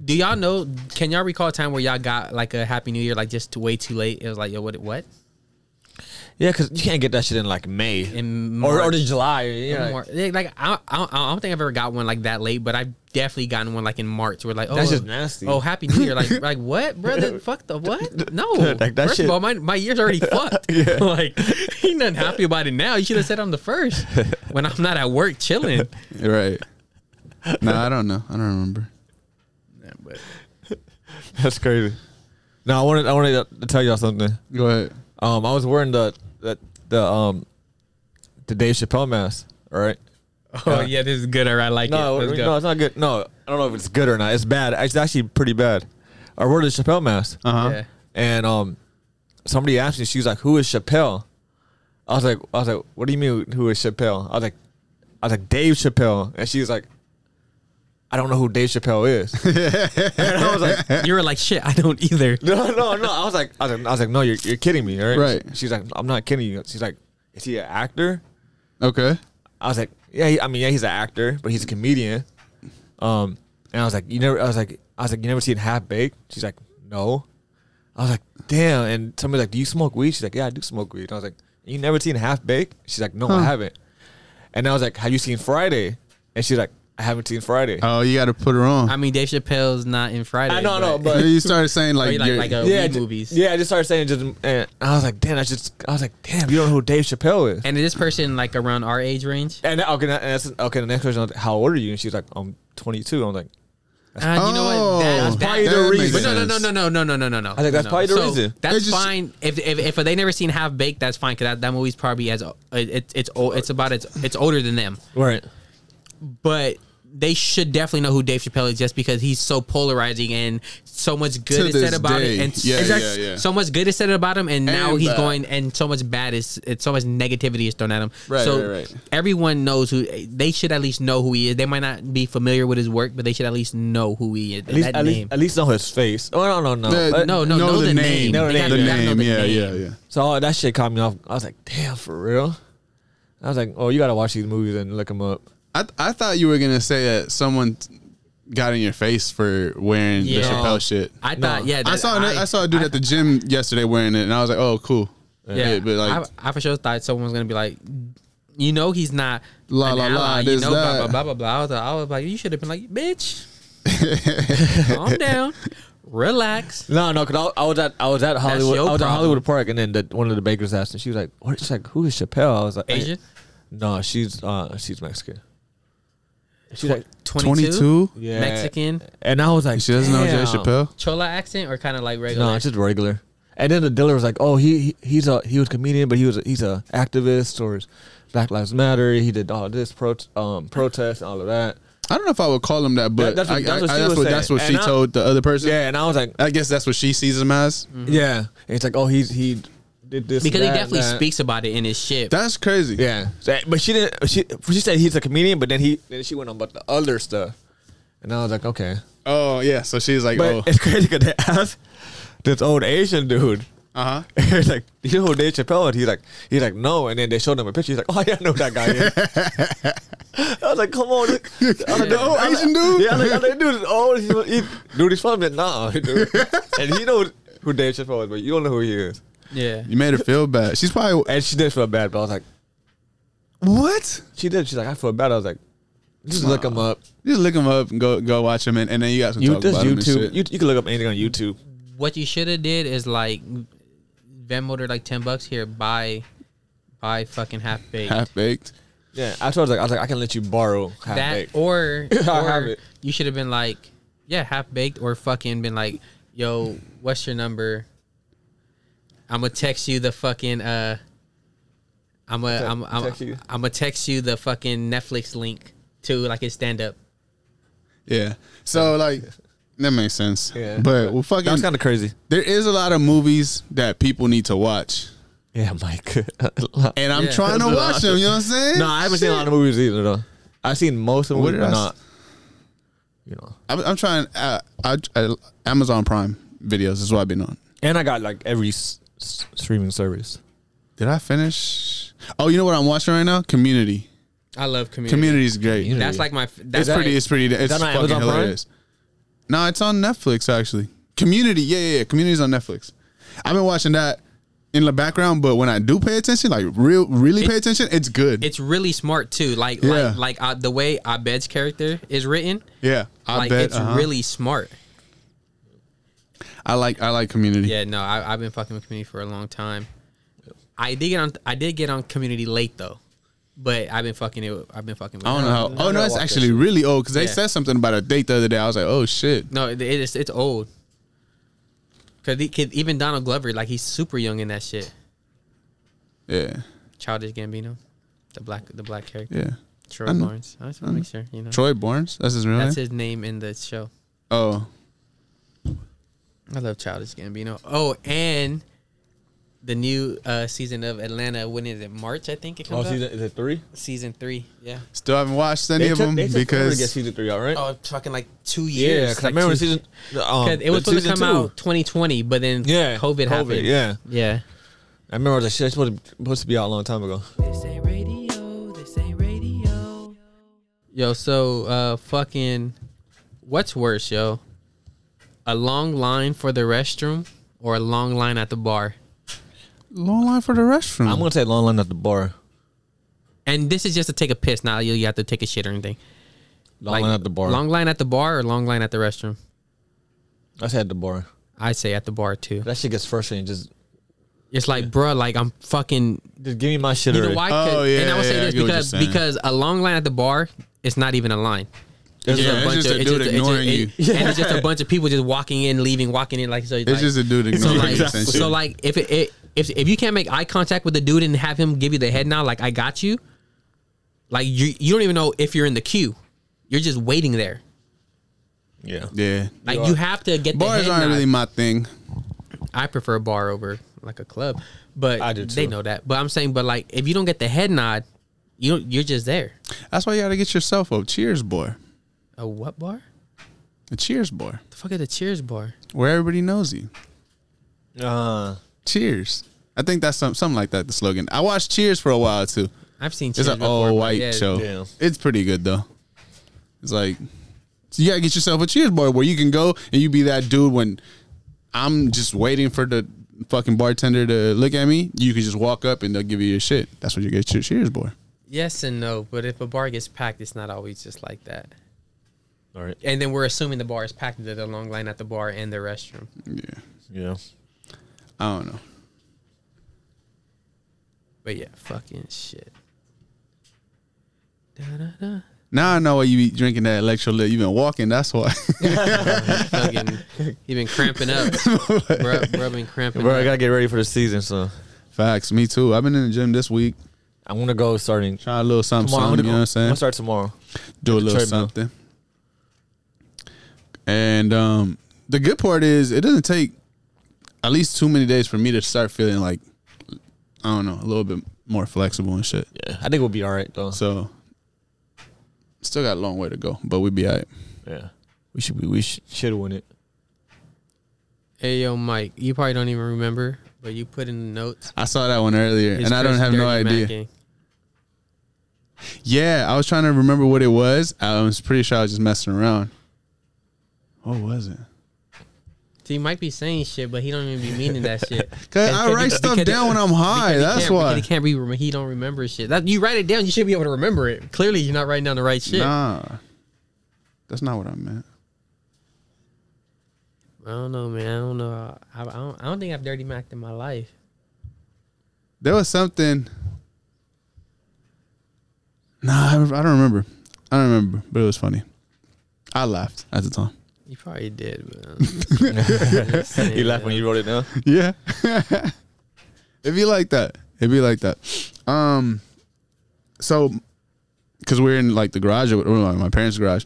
S1: Do y'all know? Can y'all recall a time where y'all got like a Happy New Year like just too, way too late? It was like yo, what? What?
S3: Yeah, because you can't get that shit in like May
S1: In
S3: or, or
S1: March.
S3: the July. Yeah,
S1: Mar- yeah, like I, I, don't, I don't think I've ever got one like that late, but I've definitely gotten one like in March. Where like, oh,
S3: That's just nasty.
S1: Oh, happy New Year!
S3: [laughs]
S1: Like, like what, brother? fuck the what? No,
S3: Like, that
S1: first
S3: shit-
S1: of all, my, my year's
S3: [laughs]
S1: already fucked. [laughs] like, he nothing happy about it now. You should have said I'm the
S3: [laughs]
S1: first when I'm not at work chilling.
S3: Oh,
S2: Right? no, I don't know. I don't remember.
S3: [laughs] that's crazy. No, I wanted I wanted to tell y'all something.
S2: Go ahead.
S3: Um, I was wearing the the, the um the Dave Chappelle mask. All right.
S1: Oh yeah, this is good. All right, I like
S3: No,
S1: it. Let's
S3: no,
S1: go.
S3: it's not good. No, I don't know if it's good or not. It's bad. It's actually pretty bad. I wore the Chappelle mask,
S2: Uh huh.
S1: Yeah.
S3: and um, somebody asked me. She was like, "Who is Chappelle?" I was like, "I was like, what do you mean? Who is Chappelle?" I was like, "I was like Dave Chappelle," and she was like, "I don't know who Dave Chappelle is." [laughs] and I was like,
S1: You were like, shit, I don't either.
S3: No, no, no. I was like, I was like, I was like no, you're, you're kidding me, right?
S2: Right.
S3: She's like, I'm not kidding you. She's like, is he an actor?
S2: Okay.
S3: I was like, yeah. He, I mean, yeah, he's an actor, but he's a comedian. Um, and I was like, you never. I was like, I was like, you never seen Half Baked? She's like, no. I was like, damn. And somebody's like, do you smoke weed? She's like, yeah, I do smoke weed. And I was like, you never seen Half Baked? She's like, no, I haven't. And I was like, have you seen Friday? And she's like, I haven't seen Friday.
S2: Oh, you got to put her on.
S1: I mean, Dave Chappelle's not in Friday.
S3: I know, I know, but-
S2: you started saying
S1: Or
S2: like,
S1: you like-
S2: you're-
S1: like
S3: [laughs]
S1: a- weed
S3: ju-
S1: movies.
S3: Yeah, I just started saying just, and I was like, damn, I just, I was like, damn, you don't know who Dave Chappelle is.
S1: and is this person like around our age range?
S3: And okay, and that's okay. The next question, I was like, how old are you? And she's like, I'm 22. I'm like,
S1: Uh, you know
S2: Oh,
S1: what? That-
S2: that's
S1: that-
S3: probably the
S2: that makes
S3: reason.
S1: But no, no,
S2: sense.
S1: no, no, no, no, no, no, no, no. I
S3: think that's
S1: no.
S3: probably the reason.
S2: They
S1: That's
S2: just-
S1: fine. If, if if they never seen Half Baked, that's fine because that, that movie's probably as it's it's old. It's about it's it's older than them.
S3: right.
S1: But they should definitely know who Dave Chappelle is just because he's so polarizing and so much good
S2: To
S1: is said
S2: this
S1: about
S2: day.
S1: it. And
S2: Yeah,
S1: exact-
S2: yeah, yeah.
S1: so much good is said about him, and now
S2: And
S1: he's
S2: bad.
S1: going and so much bad is it's so much negativity is thrown at him.
S2: Right,
S1: so
S2: right, right.
S1: everyone knows who they should at least know who he is. They might not be familiar with his work, but they should at least know who he is.
S3: At least,
S1: that
S3: at
S1: name.
S3: least, at least know his face. Oh no, no, no.
S2: The-
S3: But-
S1: no, no,
S2: Know
S1: know,
S2: the
S1: the,
S2: name.
S1: name.
S3: Know the
S1: They
S3: name.
S1: gotta-
S2: the
S1: you gotta know
S2: name.
S1: the
S2: Yeah,
S1: name.
S2: yeah, yeah.
S3: So all that shit caught me off. I was like, damn, for real. I was like, oh, you gotta watch these movies and look them up.
S2: I th- I thought you were gonna say that someone t- got in your face for wearing
S1: Yeah.
S2: the Chappelle shit.
S1: I thought, yeah,
S2: I
S1: that-
S2: saw I, I saw a dude at the gym yesterday wearing it, and I was like, "Oh, cool."
S1: yeah,
S2: but like,
S1: I, I for sure thought someone was gonna be like, you know, he's not
S2: La,
S1: an
S2: la, la,
S1: ally, you
S2: this,
S1: know, blah,
S2: that.
S1: blah blah blah blah. I was, I was like, you should have been like, bitch,
S2: [laughs]
S1: calm down, relax.
S3: No, no, cause I, I was at I was at Hollywood. I
S1: your
S3: was at
S1: problem.
S3: Hollywood Park, and then the, one of the bakers asked, and she was like, what? She's like, who is Chappelle? I was like, I-
S1: Asian,
S3: No, she's uh, she's Mexican. She's like,
S1: twenty two,
S2: twenty-two.
S3: yeah,
S1: Mexican,
S3: and I was like,
S2: She doesn't know
S3: damn.
S2: Jay Chappelle.
S1: Chola accent, or kind of like regular.
S3: No, it's just regular. And then the dealer was like, "Oh, he, he he's a he was a comedian, but he was a, he's a activist or his Black Lives Matter. He did all this pro um protest and all of that."
S2: I don't know if I would call him that, but
S3: That- that's what-
S2: I- I-
S3: that's what
S2: I-
S3: she
S2: that's
S3: was
S2: what
S3: saying.
S2: that's what she
S3: And I-
S2: told the other person.
S3: Yeah, and I was like,
S2: I guess that's what she sees him as.
S3: "Yeah." And it's like, "Oh, he's he did this
S1: Mm-hmm. because he
S3: that,
S1: definitely
S3: that."
S1: speaks about it in his shit.
S2: That's crazy.
S3: Yeah, So- but she didn't. She she said he's a comedian, but then he then she went on about the other stuff, and I was like, "Okay."
S2: Oh yeah. So she's like,
S3: But
S2: "Oh,
S3: it's [laughs] crazy because they asked this old Asian dude.
S2: uh huh."
S3: He's like, you know who Dave Chappelle? is?" He's like, he's like, no. And then they showed him a picture. He's like, oh, yeah, I know who that guy. [laughs] Is. I was like, come on. Look. I was like, "Oh,
S2: The old
S3: I was
S2: Asian
S3: like-
S2: dude?
S3: Yeah, I was like, I was like, dude, it's old. He's- he- dude, he's from Vietnam. [laughs] Dude. and he knows who Dave Chappelle is, but you don't know who he is.
S1: Yeah.
S2: You made her feel bad. She's probably
S3: And she did feel bad, but I was like,
S2: what?
S3: she did. She's like, I feel bad. I was like, just look him up.
S2: Just look him up and go go watch him, and, and then you got some
S3: You
S2: talk
S3: just
S2: about him and
S3: YouTube.
S2: shit.
S3: You, you can look up anything on YouTube.
S1: What you should have did is like Venmo her like ten bucks here. Buy, buy fucking half baked.
S2: half baked.
S3: Yeah, I told her like I was like I can let you borrow half
S1: that
S3: baked. [laughs]
S1: or,
S3: I'll
S1: or
S3: have it.
S1: you should have been like, yeah, half baked or fucking been like, yo, what's your number? I'm gonna text you the fucking uh, I'm gonna I'm I'm
S3: Text you.
S1: I'm gonna text you the fucking Netflix link to like his stand up.
S2: Yeah. So like that makes sense.
S3: Yeah.
S2: But well,
S3: That
S2: fucking,
S3: was kind of crazy.
S2: there is a lot of movies that people need to watch,
S3: Yeah, Mike. [laughs]
S2: and I'm
S1: Yeah.
S2: trying to
S3: That's
S2: watch them. You know what I'm saying?
S3: no, I haven't seen a lot of movies either though. I've seen most of them,
S2: What
S3: but
S2: did I s-
S3: not. You know,
S2: I'm, I'm trying. Uh, I, I, Amazon Prime videos is what I've been on.
S3: and I got like every s- s- streaming service.
S2: Did I finish? Oh, you know what I'm watching right now? Community.
S1: I love community.
S2: Community is great.
S3: Community.
S1: That's like my. f- That's
S2: It's pretty.
S1: like-
S2: It's pretty. It's
S3: that on
S2: fucking
S3: Amazon Prime?
S2: hilarious. No, it's on Netflix actually. Community. Yeah, yeah, yeah. Community's on Netflix. I've been watching that in the background, but when I do pay attention, like real, really pay attention, it's good.
S1: it's really smart too. Like
S2: Yeah.
S1: like like uh, the way Abed's character is written,
S2: yeah, I
S1: like
S2: bet.
S1: it's
S2: uh-huh.
S1: really smart.
S2: I like. I like Community.
S1: Yeah, no, I, I've been fucking with Community for a long time. I did get on. I did get on Community late though, but I've been fucking it. I've been fucking. With
S2: I don't
S1: it.
S2: know how. Oh no, it's actually really old because they
S1: Yeah.
S2: said something about a date the other day. I was like, oh shit.
S1: No, it, it's it's old. Cause, the- 'cause even Donald Glover, like he's super young in that shit.
S2: Yeah,
S1: Childish Gambino, the black the black character.
S2: yeah.
S1: Troy
S2: I know.
S1: Lawrence. I just want to make sure you know.
S2: Troy Barnes. That's his real
S1: That's
S2: name.
S1: his name in the show.
S2: Oh,
S1: I love Childish Gambino. Oh, and the new uh, season of Atlanta. When is it? March, I think it comes
S2: Oh,
S1: out. Oh, Season.
S3: is it three?
S1: three. Yeah.
S2: still haven't watched any
S3: They
S2: of
S3: took-
S2: them
S3: they took forever to get
S2: because
S3: season three out, right?
S1: Oh, it's fucking like two years.
S3: yeah, 'cause I
S1: like
S3: remember
S1: two-
S3: season. Um,
S1: 'cause it was
S3: the
S1: supposed to
S3: season
S1: come
S3: two.
S1: out 2020, but then
S3: Yeah,
S1: COVID, happened.
S3: Yeah,
S1: yeah.
S3: I remember. I was like, shit, it's supposed to, supposed to be out a long time ago.
S4: This ain't radio, this ain't radio.
S1: Yo, so uh, fucking, what's worse, yo? A long line for the restroom or a long line at the bar?
S2: long line for the restroom.
S3: I'm gonna say long line at the bar.
S1: And this is just to take a piss. Not you, you have to take a shit or anything.
S3: Long
S1: Like,
S3: line at the bar.
S1: Long line at the bar or long line at the restroom?
S3: I said at the bar.
S1: I say at the bar too.
S3: That shit gets frustrating. Just,
S1: It's like, bruh, like I'm fucking.
S3: just give me my shit
S1: You know
S3: already.
S1: why?
S2: Oh,
S1: 'Cause-
S2: yeah,
S1: and I would
S2: yeah,
S1: say
S2: I
S1: this
S2: get what you're
S1: because
S2: saying.
S1: because a long line at the bar, it's not even a line.
S3: There's
S2: Yeah,
S3: a
S2: it's
S3: bunch
S2: just
S1: of-
S2: a dude
S1: just-
S2: ignoring
S1: it-
S2: you.
S1: it- and it's just a bunch of people just walking in, leaving, walking in. Like so,
S2: It's just a dude
S1: so
S2: ignoring
S1: like,
S2: you. essentially.
S1: so like if it, it if if you can't make eye contact with the dude and have him give you the head nod, like I got you, like you you don't even know if you're in the queue, you're just waiting there.
S3: yeah.
S2: yeah.
S1: Like
S3: You
S1: you,
S3: are.
S1: have to get the
S2: Bars
S1: head
S2: aren't
S1: nod.
S2: really my thing.
S1: I prefer a bar over like a club, but
S3: I do
S1: they
S3: too.
S1: know that. But I'm saying, but like if you don't get the head nod, you don't, you're just there.
S2: That's why you gotta get yourself a Cheers bar.
S1: A what bar?
S2: A Cheers bar.
S1: The fuck is a Cheers bar?
S2: Where everybody knows you.
S3: Uh,
S2: Cheers. I think that's some, something like that, the slogan. I watched Cheers for a while too.
S1: I've seen
S2: It's
S1: Cheers.
S2: an
S1: before, but
S2: all white
S1: yeah,
S2: show.
S3: Yeah.
S2: It's pretty good though. It's like so you gotta get yourself a Cheers bar where you can go and you be that dude when I'm just waiting for the fucking bartender to look at me. You can just walk up and they'll give you your shit. That's what you get your Cheers bar.
S1: Yes and no, but if a bar gets packed, it's not always just like that.
S3: all right.
S1: And then we're assuming the bar is packed. There's a long line at the bar and the restroom.
S2: Yeah.
S3: Yeah.
S2: I don't know.
S1: But yeah, fucking shit. Da-da-da.
S2: Now I know why you be drinking that electrolyte. You've been walking, that's why. [laughs]
S1: Fucking, you been cramping up, bro. bro been cramping
S3: Bro, I
S1: up.
S3: gotta get ready for the season, so
S2: Facts, me too. I've been in the gym this week,
S3: I'm gonna go starting
S2: trying a little something,
S3: tomorrow. I'm
S2: something, you know
S3: gonna,
S2: what I'm saying?
S3: I'm gonna start tomorrow.
S2: Do a little
S3: treadmill.
S2: something. And um, the good part is it doesn't take at least too many days for me to start feeling like I don't know, a little bit more flexible and shit.
S3: Yeah, I think we'll be all right though.
S2: So still got a long way to go, but we be all right.
S3: yeah, we should be. We sh- should win it.
S1: Hey yo, Mike, you probably don't even remember, but you put in the notes.
S2: I saw that one earlier
S1: his
S2: and I don't
S1: first
S2: have no
S1: Dirty Mac
S2: idea.
S1: game.
S2: Yeah, I was trying to remember what it was. I was pretty sure I was just messing around. What was it?
S1: So he might be saying shit, but he don't even be meaning that shit.
S2: Cause I write
S1: because-
S2: stuff
S1: because-
S2: down when I'm high.
S1: because he
S2: [laughs] That's
S1: can't- because
S2: why.
S1: he can't be. rem- He don't remember shit. That you write it down, you should be able to remember it. Clearly, you're not writing down the right shit.
S2: Nah, that's not what I meant.
S1: I don't know, man. I don't know. I, I don't. I don't think I've dirty macked in my life.
S2: There was something. Nah, I don't remember. I don't remember, but it was funny. I laughed at the time.
S1: You probably did,
S3: [laughs]
S1: but
S3: You laugh when you wrote it down.
S2: Yeah. [laughs] It'd be like that. It'd be like that. Um, so, cause we're in like the garage, or or, like, my parents' garage.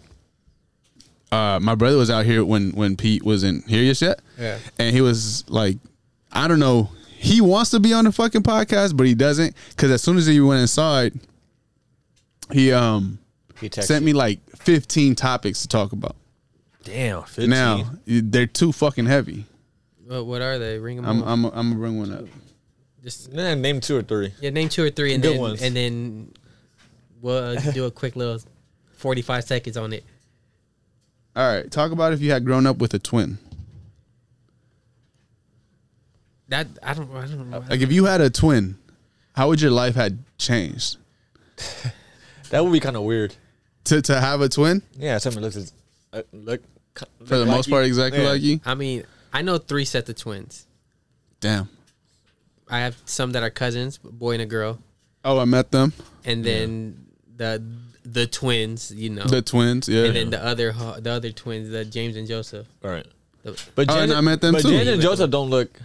S2: Uh, my brother was out here when when Pete wasn't here just yet.
S1: Yeah.
S2: And he was like, I don't know. He wants to be on the fucking podcast, but he doesn't. Cause as soon as he went inside, he um
S3: He texted
S2: sent me like 15 topics to talk about.
S3: [laughs] Damn, 15.
S2: Now they're too fucking heavy.
S1: But what are they? Ring them
S2: I'm
S1: up.
S2: I'm I'm gonna bring one up.
S1: Just
S3: Nah, name two or three.
S1: yeah, name two or three, and
S3: Good
S1: then
S3: ones.
S1: and then we'll uh, do a quick little forty-five seconds on it.
S2: All right, talk about if you had grown up with a twin.
S1: That I don't. I don't know.
S2: Like if you had a twin, how would your life had changed?
S3: That would be kind of weird.
S2: To to have a twin
S3: Yeah, something looks as, uh, look for
S2: for the most part exactly like you.
S1: I mean, I know three sets of twins.
S2: Damn.
S1: I have some that are cousins, a boy and a girl,
S2: Oh, I met them.
S1: and then the the twins, you know,
S2: The twins. Yeah.
S1: and then the other ho- the other twins, the James and Joseph.
S3: All right,
S1: The-
S3: but
S2: Oh,
S3: Jen,
S2: and I met them
S3: but
S2: too.
S3: Jen and Joseph don't look.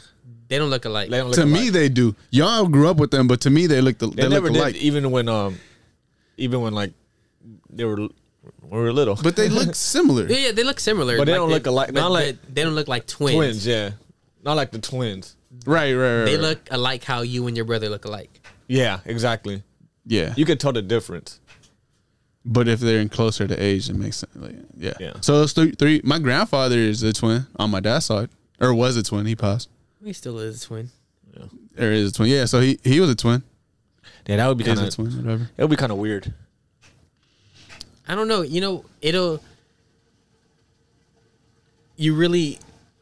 S1: They don't look alike.
S3: They don't look
S2: to me,
S3: alike.
S2: they do. Y'all grew up with them, but to me, they look the,
S3: they,
S2: they, look
S3: never did.
S2: alike.
S3: Even when um, even when like they were l- when we were little,
S2: But they look
S3: [laughs]
S2: similar.
S1: Yeah, yeah, they look similar,
S3: But they don't look alike.
S1: but
S3: Not
S1: they-
S3: like-
S1: they, don't look like twins.
S3: twins. Yeah, not like the twins.
S2: right, right, right.
S1: They
S2: right.
S1: look alike how you and your brother look alike.
S3: Yeah, exactly.
S2: Yeah.
S3: You could tell the difference.
S2: but if they're in closer to age, it makes sense. Like, yeah.
S3: Yeah.
S2: So it's three, three. My grandfather is a twin on my dad's side, or was a twin. He passed.
S1: He still is a twin.
S2: Or is a twin. Yeah. So he he was a twin.
S3: Yeah, that would be
S2: Is
S3: kind
S2: a
S3: of.
S2: twin. Whatever.
S3: It would be kind of weird.
S1: I don't know. You know, it'll. You really,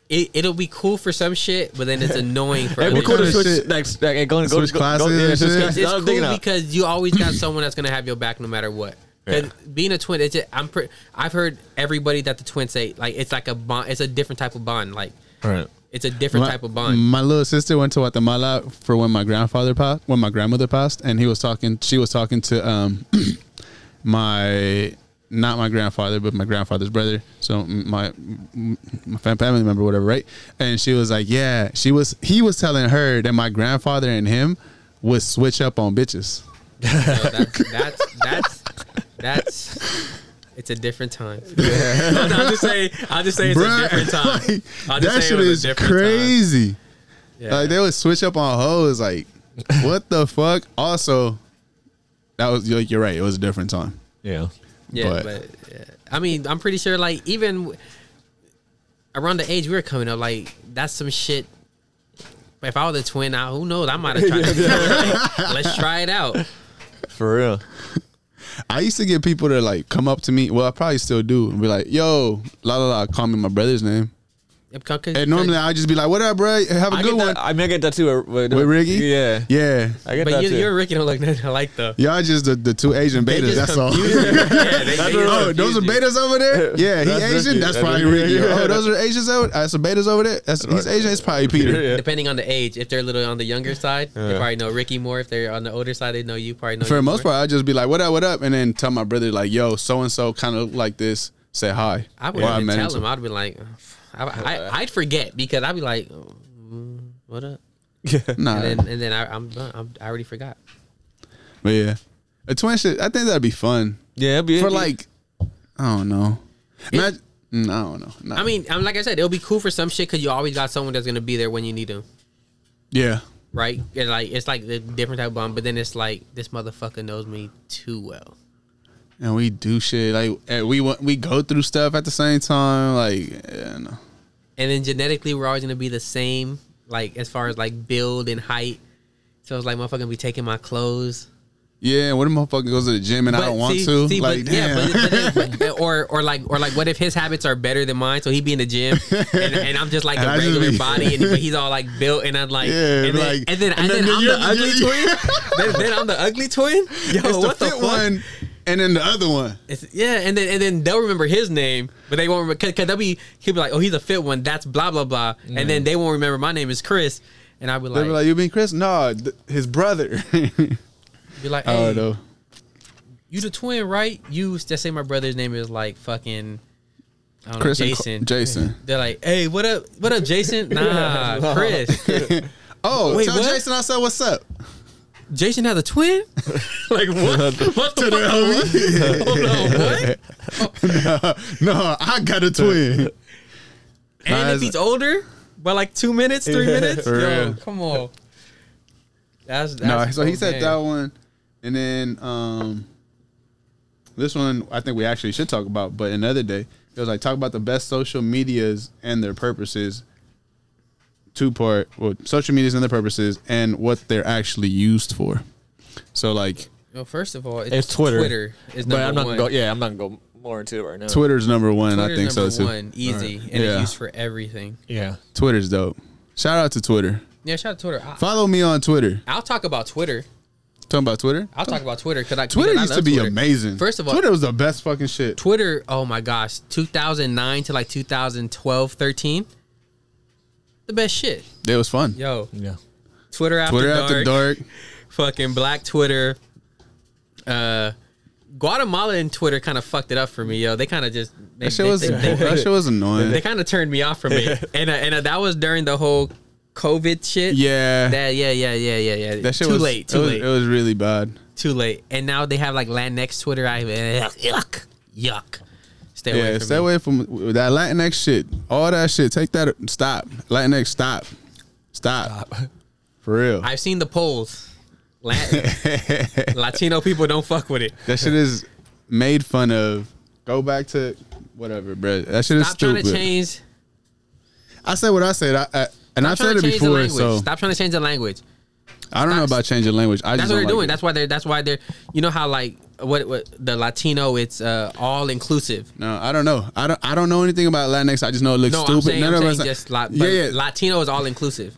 S1: it it'll be cool for some shit, but then
S3: [laughs]
S1: it's annoying for.
S3: It'd
S1: other
S3: be cool
S2: kind
S3: to
S2: of
S1: shit.
S3: switch
S2: shit?
S3: like, s- like go, go,
S2: Switch
S3: go,
S2: classes
S3: Go, yeah,
S2: and
S3: switch
S2: shit?
S3: classes.
S1: It's
S3: I was
S1: cool
S3: thinking that.
S1: because you always
S3: [clears throat]
S1: got someone that's gonna have your back no matter what. 'Cause
S3: Yeah.
S1: being a twin, it's just, I'm pre- I've heard everybody that the twins say like it's like a bond. It's a different type of bond. Like
S3: Right.
S1: it's a different type of bond.
S2: My little sister went to Guatemala for when my grandfather passed, when my grandmother passed, and he was talking. She was talking to um, [clears throat] my not my grandfather, but my grandfather's brother. So my my fam- family member, whatever, right? And she was like, "Yeah." She was. He was telling her that my grandfather and him would switch up on bitches. [laughs]
S1: So that's that's that's that's it's a different
S2: [laughs]
S1: time. [laughs] No, no, I'll just say I'll just say it's a
S2: Bruh, [laughs]
S1: different time.
S2: like,
S1: I'll just
S2: that
S1: say
S2: shit
S1: it was a
S2: is
S1: different time.
S2: crazy.
S1: Yeah.
S2: Like they would switch up on hoes. Like, what the fuck? Also, that was like you're right. It was a different time.
S3: Yeah.
S1: yeah,
S2: but-
S1: but, yeah. I mean, I'm pretty sure like even w- around the age we were coming up, like that's some shit. If I was a twin, I, who knows? I might have
S2: [laughs]
S1: tried. it. Let's try it out.
S3: For real.
S2: I used to get people to like come up to me. Well, I probably still do, and be like, "Yo, la la la," call me my brother's name. And normally I would just be like, "What up, bro? Have a
S3: I
S2: good
S3: get
S2: one."
S3: that. I mean, I get that too. uh, With,
S2: With Riggy,
S3: Yeah.
S2: yeah.
S3: I get
S1: but
S3: that
S1: you,
S3: too.
S1: you and Ricky don't look nothing alike though.
S2: Y'all just the, the two Asian
S1: They just
S2: betas. That's all.
S1: confuse you. [laughs] Yeah, they- they just
S2: [laughs] Oh, those are
S1: confuse you.
S2: betas
S1: [laughs]
S2: over there. Yeah, he
S3: That's
S2: Asian.
S3: Ricky.
S2: That's
S3: That's
S2: probably
S3: Ricky.
S2: Ricky.
S3: Yeah.
S2: Oh, those are Asians over. That's the betas over there. That's he's Asian. It's probably Peter.
S3: [laughs] [laughs] Yeah.
S1: Depending on the age, if they're a little on the younger side, they
S3: Yeah.
S1: probably know Ricky more. If they're on the older side, they know you probably know.
S2: For
S1: you
S2: the most
S1: more.
S2: part, I'd just be like, "What up, what up," and then tell my brother like, "Yo, so and so kind of like this. Say hi."
S1: I
S2: Or
S1: wouldn't
S2: met
S1: even
S2: him
S1: tell
S2: some-
S1: him. I'd be like, I, I, I'd forget because I'd be like, "Mm, what up?
S2: Nah,
S1: And then, and then I, I'm, done. I'm, I already forgot.
S2: but yeah, a twin shit. I think that'd be fun
S3: yeah. it'd Be,
S2: for
S3: it'd be- [laughs]
S2: like, I don't know. Imagine, Mm, I don't know. Nah.
S1: I mean, I'm like I said, it'll be cool for some shit because you always got someone that's gonna be there when you need them,
S2: yeah,
S1: right? And like, it's like the different type of bond, but then it's like this motherfucker knows me too well.
S2: and we do shit like and we wa- we go through stuff at the same time. Like, yeah, no.
S1: and then genetically we're always gonna be the same, like as far as like build and height. So it's like motherfucker gonna be taking my clothes.
S2: Yeah, what a motherfucker goes to the gym and I don't want to. like,
S1: but,
S2: damn.
S1: yeah, but,
S2: [laughs]
S1: but, but- or or like or like, what if his habits are better than mine? So he be in the gym, and, and I'm just like
S2: [laughs] And I
S1: a
S2: just
S1: regular
S2: be-
S1: body, and but he's all like built, and I'm like,
S2: Yeah,
S1: and, then,
S2: like-
S1: and then
S2: and
S1: and then,
S2: then
S1: I'm
S2: you're-
S1: the ugly
S2: you're-
S1: twin.
S2: [laughs]
S1: [laughs] then, then I'm the ugly twin. Yo,
S2: it's the
S1: what the,
S2: fit
S1: fuck?
S2: one and then the other one.
S1: It's- yeah, and then and then they'll remember his name, but they won't because they'll be he'll be like, oh, he's a fit one. That's blah blah blah, and
S2: Mm.
S1: then they won't remember my name is Chris, and I'll be
S2: They
S1: like,
S2: were like, you been Chris? No, th- his brother. [laughs]
S1: be like,
S2: oh,
S1: hey,
S2: no.
S1: you the twin, right? You just say my brother's name is like fucking. I don't
S2: Chris
S1: know,
S2: and
S1: Jason.
S2: Co- Jason.
S1: [laughs] They're like, "Hey, what up? What up,
S3: [laughs]
S1: Jason? Nah, Chris.
S2: Oh,
S1: Wait,
S2: tell
S1: what?
S2: Jason I said
S1: [laughs]
S2: what's up.
S1: Jason has a twin? like what?
S2: [laughs]
S1: What the fuck? Are we? [laughs] Hold on, what?
S2: no, I got a twin.
S1: And if
S2: Nice.
S1: he's older by like two minutes, three minutes,
S2: For
S1: yo,
S2: real.
S1: come on. That's, that's
S2: no, so he
S1: cool
S2: said
S1: game.
S2: that one, and then um, this one I think we actually should talk about, but another day. It was like talk about the best social medias and their purposes. Two part, well, social medias and their purposes, and what they're actually used for. So like,
S1: Well, first of all, it's,
S3: It's Twitter.
S1: Twitter is
S3: But
S1: number
S3: I'm not
S1: one.
S3: gonna go. Yeah, I'm not gonna go more into it right now.
S2: Twitter's number one, I
S1: Twitter's
S2: think so
S1: number
S2: too.
S1: One, easy, and
S2: Yeah.
S1: it's used for everything.
S3: Yeah,
S2: Twitter's dope. Shout out to Twitter.
S1: Yeah, shout out to Twitter. I,
S2: Follow me on Twitter.
S1: I'll talk about Twitter.
S2: Talking about Twitter.
S1: I'll talk about Twitter because I
S2: Twitter
S1: because I
S2: used to
S1: love
S2: be
S1: Twitter.
S2: amazing.
S1: First of all-
S2: Twitter was the best fucking shit.
S1: Twitter, oh my gosh, 2009 to like 2012, 13, the best shit.
S2: It was fun.
S1: Yo,
S3: [laughs] yeah.
S1: Twitter after,
S2: Twitter
S1: dark,
S2: after dark.
S1: fucking black Twitter. Uh, Guatemala and Twitter kind of fucked it up for me, yo. They kind of just they,
S2: That shit
S1: they-
S2: was
S1: they- they-
S2: [laughs] that shit was annoying.
S1: they kind of turned me off from it, and uh, and uh, that was during the whole COVID shit.
S2: Yeah. That,
S1: That yeah yeah yeah yeah yeah.
S2: shit
S1: too
S2: was
S1: late,
S2: it
S1: too
S2: was,
S1: late,
S2: It was really bad.
S1: too late. And now they have like Latinx Twitter. I yuck yuck. yuck. Stay away
S2: yeah,
S1: from
S2: stay
S1: me.
S2: away from that Latinx shit. All that shit. Take that stop. Latinx stop. Stop. For real.
S1: I've seen the polls. Latin, Latino people don't fuck with it.
S2: [laughs] that shit is made fun of. Go back to whatever, bro. That shit is
S1: Stop trying to
S2: stupid.
S1: change.
S2: I said what I said. I, I, and
S1: Stop trying
S2: I've said
S1: to
S2: it
S1: change the
S2: before,
S1: language.
S2: so
S1: Stop trying to change the language.
S2: I don't know about changing language. I
S1: That's
S2: just
S1: what they're
S2: don't like
S1: doing.
S2: it.
S1: That's why they're. That's why they're. You know how like what, what the Latino? It's uh, all inclusive.
S2: No, I don't know. I don't. I don't know anything about Latinx. I just know it looks
S1: No,
S2: stupid.
S1: I'm saying,
S2: None
S1: I'm
S2: of
S1: saying
S2: us.
S1: just la-
S2: yeah,
S1: but
S2: yeah.
S1: Latino is all inclusive,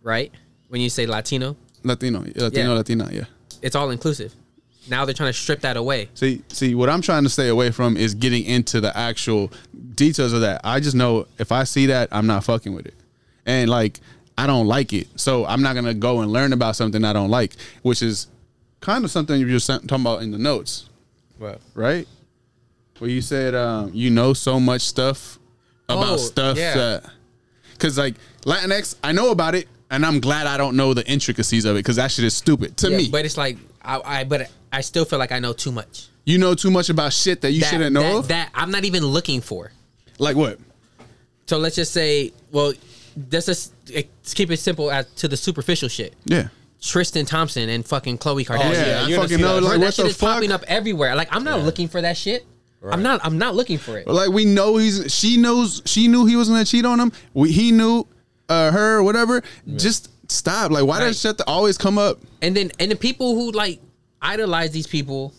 S1: right? When you say Latino,
S2: Latino, yeah, Latino,
S1: Yeah.
S2: Latina. Yeah.
S1: it's all inclusive. Now they're trying to strip that away.
S2: See, see, what I'm trying to stay away from is getting into the actual details of that. I just know if I see that, I'm not fucking with it, and like I don't like it, so I'm not gonna go and learn about something I don't like, which is kind of something you're talking about in the notes,
S1: Well,
S2: right? Where you said um, you know so much stuff about
S1: Oh,
S2: stuff
S1: yeah.
S2: that because like Latinx, I know about it, and I'm glad I don't know the intricacies of it because that shit is stupid to me.
S1: but it's like I, I. But I still feel like I know too much.
S2: you know too much about shit that you
S1: That-
S2: shouldn't know
S1: that,
S2: of.
S1: that I'm not even looking for.
S2: like what?
S1: So let's just say, well, let's just eh, keep it simple as to the superficial shit.
S2: Yeah.
S1: Tristan Thompson and fucking Chloe Kardashian.
S2: yeah,
S3: yeah,
S2: I
S3: you're gonna
S2: fucking
S3: see
S2: know.
S3: that.
S1: Bro,
S2: Like,
S1: that
S2: what
S1: shit
S2: the
S1: is popping
S2: fuck?
S1: up everywhere. Like I'm not looking for that shit. I'm not. I'm not looking for it.
S2: Like, we know he's. She knows. She knew he was gonna cheat on him. We, he knew, uh, her, whatever. Just stop. Like, why
S1: Right.
S2: does shit that always come up?
S1: And then and the people who like idolize these people,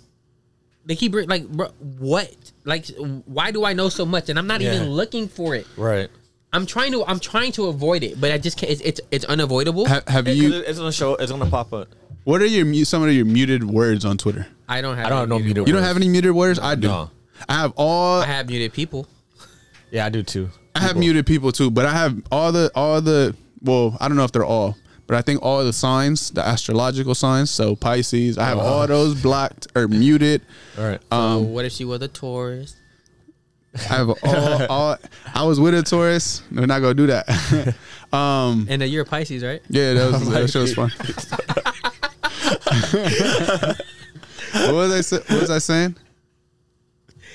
S1: they keep bring- like, bro, what? Like, why do I know so much? And I'm not
S3: Yeah.
S1: even looking for it.
S3: Right.
S1: I'm trying to. I'm trying to avoid it, but I just can't. It's it's, it's unavoidable.
S2: Have, have
S3: It- 'cause
S2: you?
S3: it- it's gonna show. It's gonna pop up.
S2: What are your mu- some of your muted words on Twitter?
S1: I don't have.
S3: I don't
S1: any
S3: know
S1: muted-
S3: muted.
S2: You don't have any muted words. I do.
S3: No.
S2: I have all.
S1: I have muted people.
S3: Yeah, I do too.
S2: I have muted people too, but I have all the all the well, I don't know if they're all, but I think all the signs, the astrological signs, so Pisces, I have all those blocked or muted.
S3: All right.
S2: Um,
S1: oh, what if she was a Taurus?
S2: I
S1: [laughs]
S2: have all, all I was with a Taurus. We're not gonna
S1: [laughs]
S2: do that. um
S1: And uh, you're a Pisces, right?
S2: yeah, that was that shit
S1: [laughs]
S2: was fun. what was I sa- what was I saying?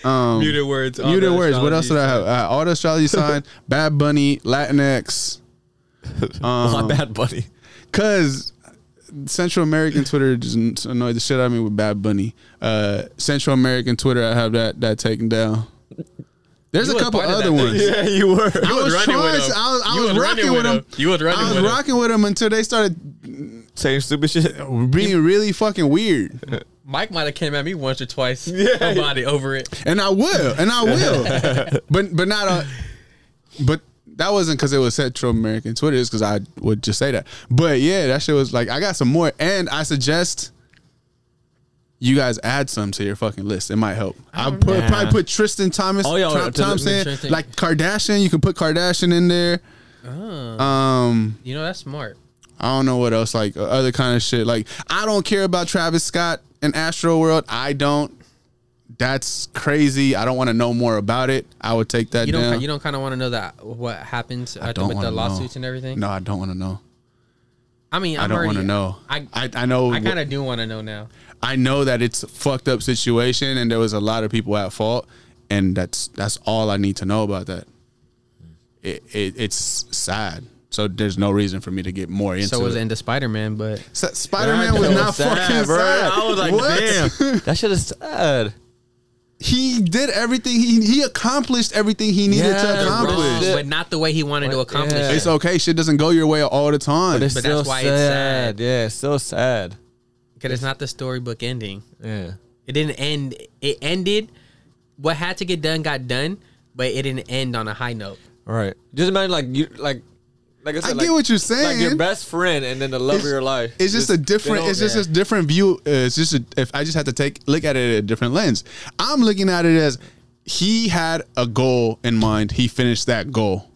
S1: muted words. all
S2: muted
S1: the
S2: words. What else did I
S1: astrology
S2: have? Uh, all the
S1: [laughs]
S2: astrology sign, Bad Bunny, Latinx, um,
S3: My bad, [laughs] buddy.
S2: Cause Central American Twitter just annoyed the shit out of me with Bad Bunny. Uh, Central American Twitter, I have that that taken down. There's
S1: You
S2: a
S1: was
S2: couple
S1: part of
S2: other
S1: that
S2: ones.
S1: thing.
S3: you were.
S2: [laughs] I was,
S1: was running with
S2: trying-
S1: him.
S2: I was, I
S1: You
S2: was
S1: was running
S2: rocking
S1: with
S2: with him.
S1: him. You was running
S2: I was
S1: with him.
S2: rocking with him until they started
S3: saying stupid [laughs] shit.
S2: being really fucking weird.
S1: Mike might have came at me once or twice
S3: [laughs] Yeah.
S1: about it over it.
S2: and I will, and I
S3: [laughs]
S2: will, but but not a, but that wasn't because it was Central American Twitter. It's because I would just say that. But yeah, that shit was like I got some more, and I suggest you guys add some to your fucking list. It might help. I put,
S3: know.
S2: probably put Tristan Thomas,
S3: Oh, yeah,
S2: Trom-
S3: to the-
S2: Thompson,
S1: Tristan.
S2: like Kardashian. You can put Kardashian in there. Um,
S1: You know, that's smart.
S2: I don't know what else, like uh, other kind of shit. Like I don't care about Travis Scott and Astro World. I don't. That's crazy. I don't want to know more about it. I would take that
S1: You don't.
S2: down.
S1: You don't kind of want to know that what happens
S2: I
S1: at the,
S2: don't
S1: with the
S2: wanna know.
S1: lawsuits and everything.
S2: No, I don't want to know.
S1: I mean, I'm
S2: I don't
S1: already-
S2: want to know.
S1: I
S2: I, I know.
S1: I kind of do want to know now.
S2: I know that it's a fucked up situation, and there was a lot of people at fault, and that's that's all I need to know about that.
S1: Hmm.
S2: It, it it's sad. So there's no reason for me to get more into
S1: So was
S2: it.
S1: into Spider Man, but
S2: Spider Man was
S3: That
S2: not
S3: sad,
S2: fucking
S3: bro.
S2: sad.
S3: I was like,
S2: What? [laughs]
S3: damn, that shit is sad.
S2: he did everything he he accomplished everything he needed
S3: Yeah,
S2: to
S3: they're
S1: wrong,
S2: accomplish.
S3: Accomplished.
S1: but not the way he wanted to accomplish
S3: yeah.
S1: it.
S2: It's okay. Shit doesn't go your way all the time.
S3: But it's
S1: But that's
S3: still
S1: why it's
S3: sad.
S1: sad.
S3: Yeah, it's still sad.
S1: Because it's not the storybook ending.
S3: Yeah.
S1: It didn't end. It ended. What had to get done got done, but it didn't end on a high note.
S3: All right. Just imagine like you like like I said.
S2: I
S3: like,
S2: get what you're
S3: Like your
S2: saying.
S3: best friend and then the love of your life.
S2: It's just a
S3: they
S2: different.
S3: don't-
S2: It's just
S3: yeah.
S2: a different view. Uh, it's just a, if I just had to take look at it at a different lens. I'm looking at it as he had a goal in mind. He finished that goal,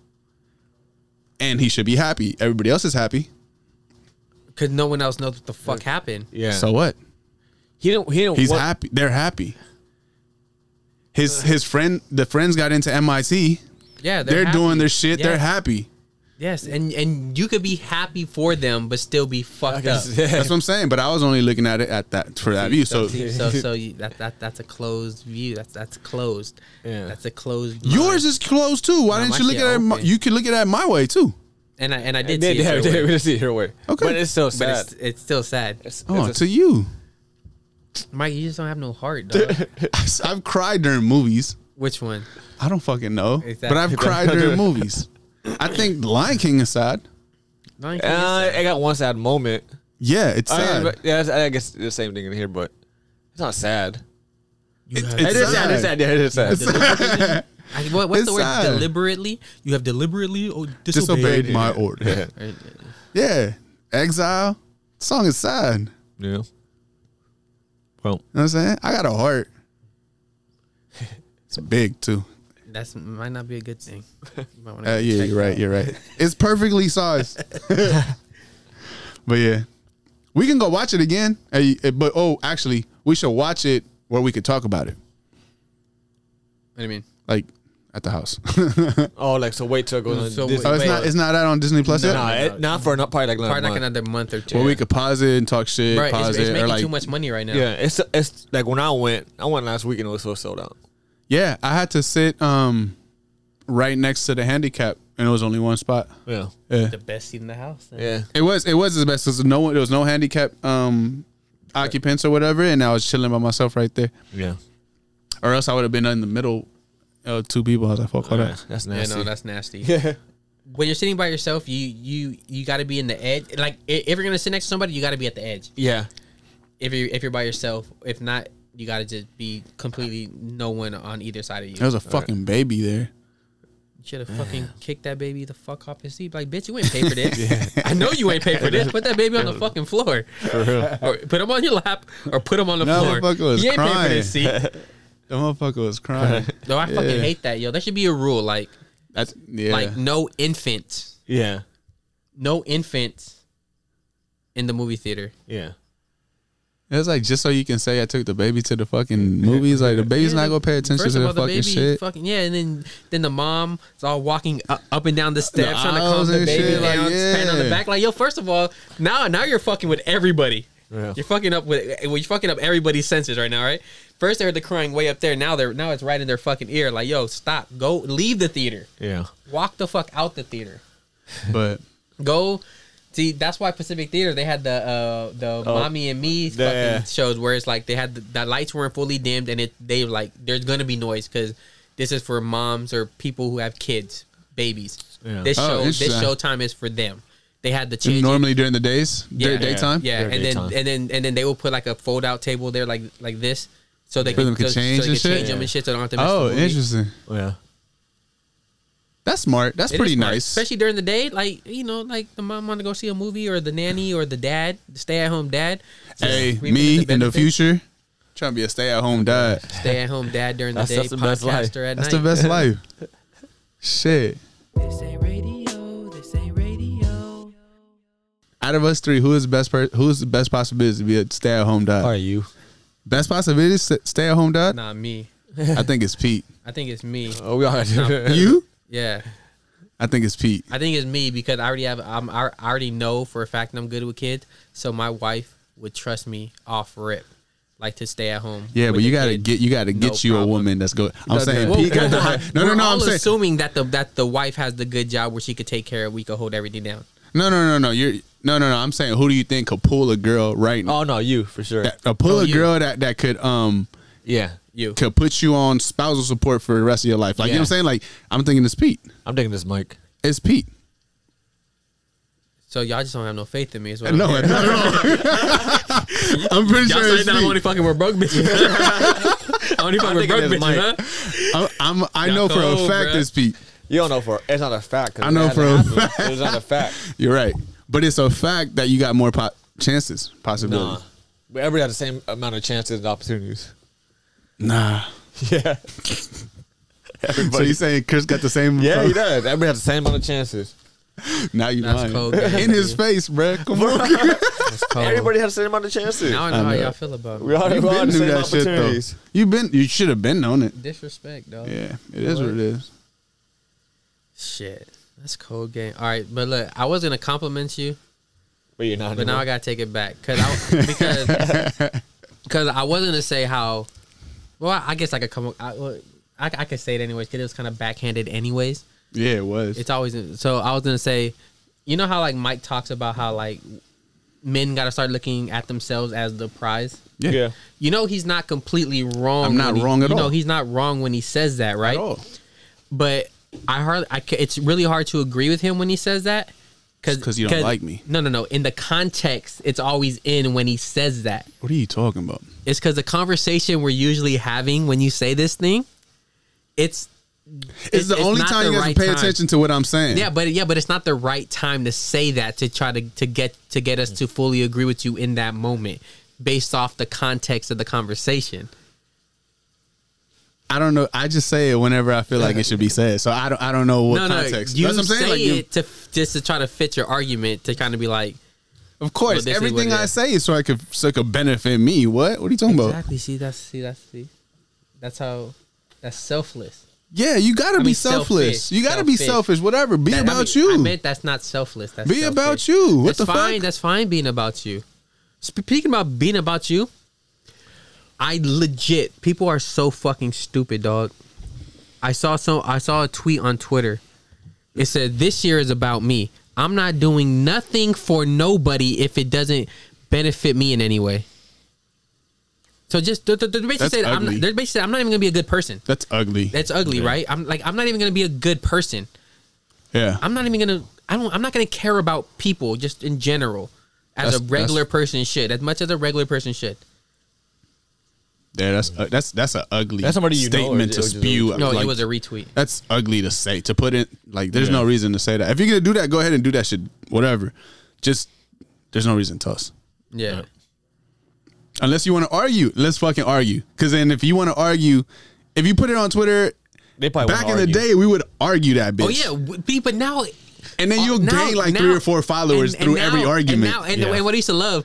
S2: and he should be happy. Everybody else is happy.
S1: Because no one else knows what the fuck happened.
S3: yeah.
S2: So what?
S3: he didn't. He didn't.
S2: He's
S3: want-
S2: happy. They're happy. His his friend, the friends got into MIT.
S1: Yeah,
S2: They're,
S1: happy.
S2: doing their shit. They're
S1: Yes.
S2: happy.
S1: Yes, and and you could be happy for them, but still be fucked up.
S3: Yes, [laughs] yeah.
S2: That's what I'm saying. But I was only looking at it at that for that view. So
S1: See,
S2: [laughs]
S1: so so you, that that that's a closed view. That's that's closed.
S3: Yeah.
S1: That's a closed. mind.
S2: yours is closed too. Why
S1: No,
S2: didn't
S1: my
S2: you look
S1: shit
S2: at it? My,
S1: open.
S2: you can look at it my way too.
S1: and I and I
S3: They
S1: did
S3: did.
S1: see it.
S3: Yeah,
S1: your
S3: we did.
S1: way,
S3: We did see it her way.
S2: Okay.
S3: But it's still
S1: but
S3: sad.
S1: it's it's still sad.
S3: It's-
S2: Oh,
S3: it's a-
S2: to you.
S1: Mike, you just don't have no heart, dog.
S2: [laughs] I've cried during movies.
S1: Which one?
S2: I don't fucking know,
S1: Exactly.
S2: but I've cried [laughs] during movies. I think Lion King is sad.
S1: Lion King is
S3: Uh,
S1: sad.
S3: I got one sad moment.
S2: Yeah, it's
S3: I
S2: sad.
S3: mean, but- yeah, I guess the same thing in here, but it's not sad.
S1: You have-
S2: it's-
S3: It is sad. It's sad. Yeah, it is sad.
S1: I- what- what's
S2: it's
S1: the word?
S2: sad.
S1: Deliberately, you have deliberately oh, disobeyed.
S2: Disobeyed my order.
S1: Right.
S2: [laughs] Yeah, Exile song is sad. You know
S3: Yeah. Well,
S2: what I'm saying? I got a heart. It's big too.
S1: That's might not be a good
S3: [laughs]
S1: thing. You might wanna
S2: Uh,
S1: go
S2: yeah,
S1: check
S2: you're
S1: it
S2: right.
S1: out.
S2: You're
S1: [laughs]
S2: right. It's perfectly sized. but yeah, we can go watch it again. Hey, eh, But oh, actually, we should watch it where we could talk about it,
S1: What do you mean?
S2: like at the house. [laughs]
S3: oh, like so. Wait till it goes on
S1: So
S3: Disney.
S2: Oh, it's
S1: Wait.
S2: not. It's not out on Disney Plus
S3: No,
S2: yet.
S3: nah, it, not for not probably like another
S1: Probably like
S3: month.
S1: another month or two.
S2: Well, we could pause it and talk shit.
S1: Right,
S2: pause
S1: it's, it's
S2: it
S1: making
S2: or like,
S1: too much money right now.
S3: Yeah, it's it's like when I went, I went last week and it was so sold out.
S2: yeah. I had to sit um right next to the handicap, and it was only one spot.
S3: Yeah,
S2: Yeah,
S1: The best seat in the house. then.
S3: yeah.
S2: it was. It was the best. 'cause no one. There was no handicap um occupants or whatever, and I was chilling by myself right there.
S3: Yeah,
S2: Or else I would have been in the middle. of two people. I was like, fuck all that.
S3: that's
S1: Yeah,
S3: nasty.
S1: no, that's
S2: [laughs]
S1: nasty. When you're sitting by yourself, you you you got to be in the edge. Like i- if you're gonna sit next to somebody, you got to be at the edge.
S3: yeah,
S1: If you if you're by yourself, if not, you got to just be completely no one on either side of you.
S2: There was a fucking baby there.
S1: You should have
S2: [sighs]
S1: fucking kicked that baby the fuck off his seat. Like, bitch, you ain't pay for
S2: [laughs]
S1: this. [laughs] I know you ain't pay for this. Put that baby on the fucking floor. For real. [laughs] Or put him on your lap or put him on the
S2: That
S1: floor.
S2: motherfucker was
S1: he ain't pay for this seat.
S2: The motherfucker was crying.
S1: No, I fucking
S2: Yeah.
S1: hate that, yo. There should be a rule like
S2: [laughs] That's yeah.
S1: like no infant,
S3: yeah,
S1: no infant in the movie theater.
S3: yeah.
S2: It was like just so you can say I took the baby to the fucking movies. Like the baby's not gonna pay attention
S1: First
S2: to
S1: of
S2: the
S1: all, the
S2: fucking
S1: baby,
S2: shit.
S1: fucking yeah, and then then the mom is all walking up, up and down the steps, trying to calm
S2: aisles
S1: the
S2: and
S1: baby
S2: shit, like,
S1: down, stand on the
S2: yeah.
S1: back. Like yo, first of all, now now you're fucking with everybody.
S3: Yeah.
S1: You're fucking up with eh, well, you're fucking up everybody's senses right now, right? First they heard the crying way up there. Now they're now it's right in their fucking ear. Like yo, stop, go, leave the theater,
S3: Yeah.
S1: walk the fuck out the theater.
S2: But
S1: Go. See, that's why Pacific Theater they had the uh, the mommy and me fucking
S3: Oh, yeah.
S1: shows where it's like they had the, the lights weren't fully dimmed and it they like there's gonna be noise because this is for moms or people who have kids, babies.
S3: Yeah.
S1: This
S2: Oh,
S1: show this
S2: interesting.
S1: show time is for them. they had the change.
S2: normally during the days, yeah. daytime.
S1: Yeah,
S3: During
S1: and then
S3: daytime.
S1: and then and then they will put like a fold out table there, like like this, so they
S2: For them to
S1: so-
S2: change
S1: so they
S2: and shit?
S1: change them and shit, so they don't have to. Miss the
S2: Oh,
S1: movie.
S2: interesting.
S3: Oh, yeah.
S2: That's smart. That's
S1: It is
S2: pretty
S1: smart,
S2: nice.
S1: especially during the day. Like you know, like the mom want to go see a movie, or the nanny, or the dad, the stay at home dad. Just
S2: hey,
S1: reaping
S2: me in the
S1: benefits.
S2: future, trying to be a stay-at-home dad.
S1: stay at home dad during the
S3: That's-
S1: day,
S3: that's the best life.
S1: podcaster at
S2: That's
S1: night.
S2: the
S1: [laughs]
S2: best life. Shit.
S4: This ain't radio, this ain't radio.
S2: Out of us three, who is best? Per- who is the best possibility to be a stay-at-home dad?
S3: Are you?
S2: Best possibility is st- stay-at-home dad.
S1: Not me.
S2: I think it's Pete.
S1: I think it's me.
S2: Uh.
S3: Oh, we are. [laughs]
S2: you?
S1: Yeah,
S2: I think it's Pete.
S1: I think it's me because I already have. I'm, I already know for a fact I'm good with kids, so my wife would trust me off rip, like to stay at home.
S2: Yeah,
S1: with
S2: but you
S1: the
S2: gotta
S1: kid.
S2: get you gotta
S1: No
S2: get you a
S1: problem.
S2: woman that's good. I'm saying
S1: Whoa,
S2: Pete got the
S1: whoa,
S2: high.
S1: whoa.
S2: No, no,
S1: We're
S2: no. I'm
S1: all
S2: saying
S1: assuming that the that the wife has the good job where she could take care of. We could hold everything down.
S2: no, no, no, no. You're no, no, no. I'm saying who do you think could pull a girl right now?
S3: Oh no, you for sure.
S2: That, uh, pull
S1: Oh,
S2: a
S1: you.
S2: girl that that could um
S3: yeah,
S1: You.
S2: could put you on spousal support for the rest of your life. Like you know
S3: Yeah.
S2: what I'm saying? Like I'm thinking it's Pete.
S3: I'm taking this mic.
S2: It's Pete.
S1: So y'all just don't have no faith in me. Is what
S2: No,
S1: I'm
S2: not at all.
S1: [laughs]
S2: I'm pretty
S1: Y'all
S2: sure
S1: saying
S2: it's
S1: that I'm only
S2: Pete.
S1: fucking with broke bitches.
S3: [laughs]
S1: I only fucking with broke
S3: thinking
S1: bitches,
S3: it's Mike.
S1: huh?
S2: I'm, I'm I
S1: Y'all
S2: know for a
S1: cold,
S2: fact
S1: bruh.
S2: it's Pete.
S3: You don't know for it's not a fact. 'cause
S2: I
S3: it
S2: know
S3: hasn't
S2: for a
S3: happened. It's not a [laughs] fact.
S2: You're right, but it's a fact that you got more po- chances,
S3: Nah,
S2: possibilities.
S3: but everybody had the same amount of chances and opportunities.
S2: Nah.
S3: Yeah,
S2: So you saying Chris got the same?
S3: [laughs] yeah, he does. Everybody had the same amount of chances.
S2: Now you
S1: That's
S2: lying.
S1: cold, man.
S2: in his face, bruh. Come on.
S1: It's cold.
S3: Everybody had the same amount of chances.
S1: Now I know, how
S2: know.
S1: y'all feel about
S3: we
S1: it.
S3: all,
S2: You've
S3: we all had
S2: been
S3: the
S2: through
S3: same
S2: that shit
S3: opportunities.
S2: though. You've been. You should have been on it.
S1: Disrespect, dog.
S2: Yeah, it is what it is.
S1: Shit. That's cold game. All right, but look, I was gonna compliment you,
S3: But you're not.
S1: but now I gotta take it back cause
S2: [laughs]
S1: I, because because I was gonna say how. Well, I- I guess I could come. I, well, I, I could say it anyways because it was kind of backhanded anyways.
S2: Yeah, it was.
S1: It's always so. I was gonna say, you know how like Mike talks about how like men gotta start looking at themselves as the prize.
S2: yeah.
S3: yeah.
S1: You know he's not completely wrong.
S2: I'm not
S1: when he-
S2: wrong at
S1: you know
S2: all.
S1: he's not wrong when he says that, right?
S2: At all.
S1: But I hardly. I, ca- it's really hard to agree with him when he says that
S2: It's 'cause you don't like me.
S1: No, no, no. In the context, it's always in when he says that.
S2: What are you talking about?
S1: It's because the conversation we're usually having when you say this thing, it's
S2: It's, the only
S1: not
S2: time
S1: the
S2: you guys
S1: right
S2: pay
S1: time.
S2: attention to what I'm saying.
S1: Yeah, but yeah, but it's not the right time to say that to try to to get to get us to fully agree with you in that moment based off the context of the conversation.
S2: I don't know. I just say it whenever I feel like
S1: [laughs]
S2: it should be said. So I don't. I don't know
S1: no,
S2: what context.
S1: no, you
S2: That's what I'm
S1: say
S2: saying. Like, you-
S1: it to just to try to fit your argument to kind of be like
S2: of
S1: Well,
S2: course,
S1: this is what
S2: everything
S1: it
S2: I
S1: is.
S2: say is so I could so it could benefit me. What? What are you talking about?
S1: exactly. See, that's see, that's see, that's how that's selfless.
S2: Yeah, you gotta
S1: I
S2: be
S1: mean,
S2: selfless.
S1: selfish,
S2: You gotta be
S1: selfish.
S2: selfish. Whatever. Be
S1: That- I
S2: about
S1: mean-
S2: you.
S1: I meant that's not selfless. That's
S2: Be
S1: selfish.
S2: about you. What
S1: that's
S2: the fuck?
S1: fine. That's fine being about you. Speaking about being about you, I legit people are so fucking stupid, dog. I saw some. I saw a tweet on Twitter. It said, "This year is about me. I'm not doing nothing for nobody if it doesn't benefit me in any way." So just the, the, the basically
S2: That's
S1: said, I'm
S2: ugly.
S1: not, they're basically said, I'm not even gonna be a good person.
S2: That's ugly.
S1: That's ugly, right? I'm like, I'm not even gonna be a good person.
S2: Yeah.
S1: I'm not even gonna. I don't. I'm not gonna care about people just in general, as
S2: That's-
S1: a regular
S2: that's-
S1: person should, as much as a regullar person should.
S2: yeah. That's uh, that's that's an ugly.
S3: That's somebody you know,
S2: statement
S3: it-
S2: to
S3: it was just a
S2: spew.
S1: No,
S2: like,
S1: it was a retweet.
S2: That's ugly to say. To put it like, there's no
S3: Yeah.
S2: reason to say that. If you're gonna do that, go ahead and do that shit. Whatever. Just there's no reason to us.
S1: Yeah.
S2: Unless you want to argue, let's fucking argue. Because then, if you want to argue, if you put it on Twitter,
S3: They probably
S2: back in
S3: wouldn't
S2: the day,
S3: argue.
S2: we would argue that bitch.
S1: Oh yeah, w- be- but now.
S2: and then
S1: uh,
S2: you'll
S1: now-
S2: gain like
S1: now-
S2: three or four followers
S1: and- and
S2: through
S1: now-
S2: every argument.
S1: And, now, and,
S3: Yeah.
S1: and what I used to love,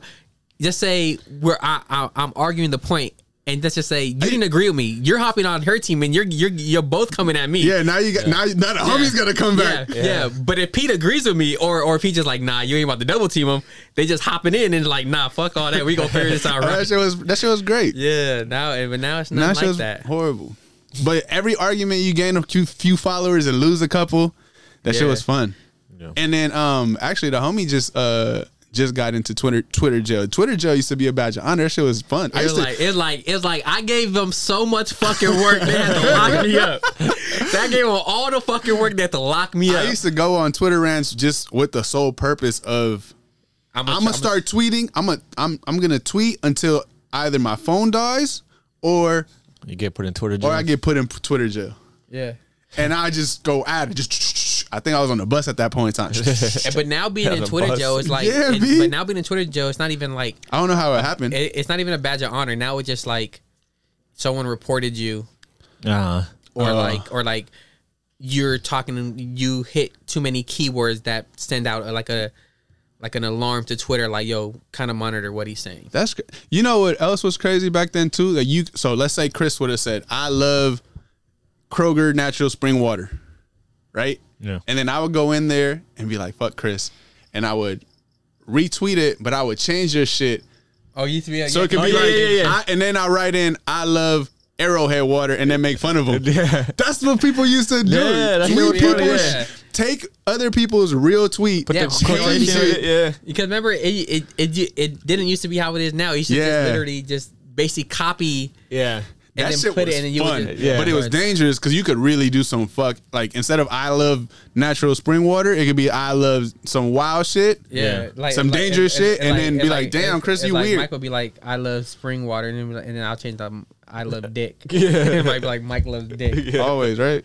S1: just say where I, I I'm arguing the point, and let's just say you didn't agree with me. You're hopping on her team, and you're you're you're both coming at me.
S2: yeah, now you got now now the homie's gonna come back.
S1: Yeah, yeah. but if Pete agrees with me, or or if he just like, nah, you ain't about to double team him, they just hopping in and like, nah, fuck all that. We gonna figure
S2: [laughs]
S1: this out
S2: Oh,
S1: right.
S2: that shit was that shit was great.
S1: Yeah, now eh, but now it's not
S2: Now that shit
S1: like
S2: was
S1: that.
S2: horrible. But every argument you gain a few, few followers and lose a couple, that
S1: Yeah.
S2: shit was fun.
S3: Yeah.
S2: And then um actually the homie just uh just got into Twitter Twitter jail. Twitter jail used to be a badge of honor. That shit was fun. I
S1: It's
S2: used to,
S1: like it's like it's like I gave them so much fucking work they had
S2: [laughs]
S1: to lock me up. That gave them all the fucking work they had to lock me
S2: I
S1: up.
S2: used to go on Twitter rants just with the sole purpose of
S1: I'm
S2: I'm gonna start tweeting. I'm a I'm I'm gonna tweet until either my phone dies or
S3: You get put in Twitter jail.
S2: or I get put in Twitter jail.
S1: Yeah.
S2: And I just go at it. Just I think I was on the bus at that point in time.
S1: And- But now being
S3: Yeah,
S1: in
S3: the
S1: Twitter
S3: bus.
S1: Joe is like
S2: Yeah,
S1: it-
S2: B.
S1: but now being in Twitter Joe it's not even like
S2: I don't know how it happened.
S1: it, it's not even a badge of honor. Now it's just like someone reported you
S3: Uh,
S1: or like or like you're talking you hit too many keywords that send out uh, like a like an alarm to Twitter like yo kind of monitor what he's saying.
S2: That's cr- you know what else was crazy back then too that you so let's say Chris would have said I love Kroger natural spring water, right?
S3: Yeah.
S2: And then I would go in there and be like fuck Chris, and I would retweet it, but I would change your shit
S1: Oh, you three
S2: so it could
S3: Oh,
S2: be
S3: yeah,
S2: like
S3: yeah, yeah, yeah.
S2: I, and then I write in I love Arrowhead water and then make fun of
S3: [laughs]
S2: them. That's what people used to do.
S3: Yeah, that's
S2: Tweet
S3: what people-
S2: people's-
S1: yeah.
S2: take other people's real tweet.
S1: Yeah,
S3: the
S1: change
S3: quotation,
S1: it.
S3: yeah.
S1: Because remember, it it, it it didn't used to be how it is now. You should
S2: Yeah.
S1: just literally just basically copy
S3: Yeah.
S2: [laughs]
S1: and then put it in and you
S2: fun,
S1: would just,
S3: Yeah.
S2: but it was dangerous because you could really do some fuck. Like instead of I love natural spring water, it could be I love some wild shit. [laughs]
S1: Yeah,
S3: Yeah.
S1: like
S2: Some dangerous shit, and then be like, "Damn, Chris,
S1: and
S2: you
S1: like
S2: weird."
S1: Mike would be like, "I love spring water," and then, be like- and then I'll change that. I
S2: [laughs]
S1: love dick. Yeah, [laughs] and Mike be like, "Mike loves dick."
S2: Always right.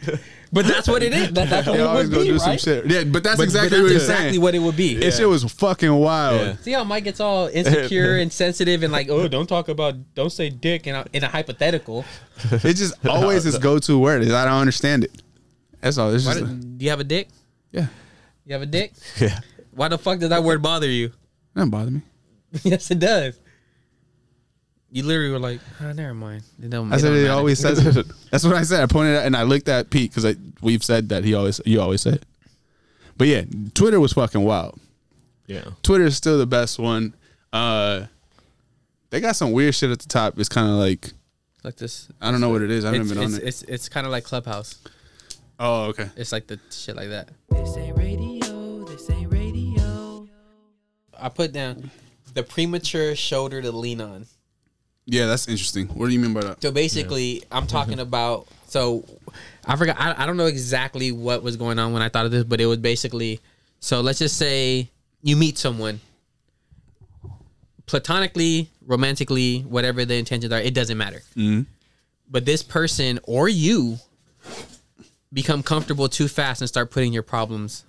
S1: But that's what it is. That, that's what
S2: They
S1: it
S2: always
S1: would
S2: go
S1: be,
S2: do
S1: right?
S2: some shit. Yeah, but that's
S1: But- but
S2: exactly
S1: that's
S2: what you're
S1: exactly
S2: saying.
S1: what it would be.
S2: That shit was fucking wild.
S3: Yeah.
S1: See how Mike gets all
S2: [laughs]
S1: insecure and sensitive and like, "Oh, don't talk about, don't say dick," and in a hypothetical.
S2: It's just always his go-to word. Is I don't understand it. That's all. It's
S1: Why
S2: just,
S1: do, do you have a dick?
S2: yeah,
S1: You have a dick?
S3: Yeah.
S1: Why the fuck does that word bother you?
S2: doesn't bother me.
S1: [laughs] yes, it does. You literally were like, oh, never mind. It don't,
S2: That's
S1: it
S2: what
S1: don't
S2: he
S1: matter."
S2: always
S1: [laughs]
S2: says. it. That's what I said. I pointed out and I looked at Pete because we've said that he always you always said. it. But yeah, Twitter was fucking wild.
S3: Yeah.
S2: Twitter is still the best one. Uh, they got some weird shit at the top. It's kind of like
S1: like this.
S2: I don't know what it is. I haven't
S1: It's,
S2: been
S1: it's,
S2: on
S1: it's,
S2: it.
S1: it's, kind of like Clubhouse.
S2: Oh, okay.
S1: It's like the shit like that.
S4: This ain't radio, this ain't radio.
S1: I put down the premature shoulder to lean on.
S2: Yeah, that's interesting. What do you mean by
S1: [laughs]
S2: that?
S1: So basically, I'm talking about. So I forgot. I, I don't know exactly what was going on when I thought of this, but it was basically. So let's just say you meet someone, platonically, romantically, whatever the intentions are, it doesn't matter. But this person or you become comfortable too fast and start putting your problems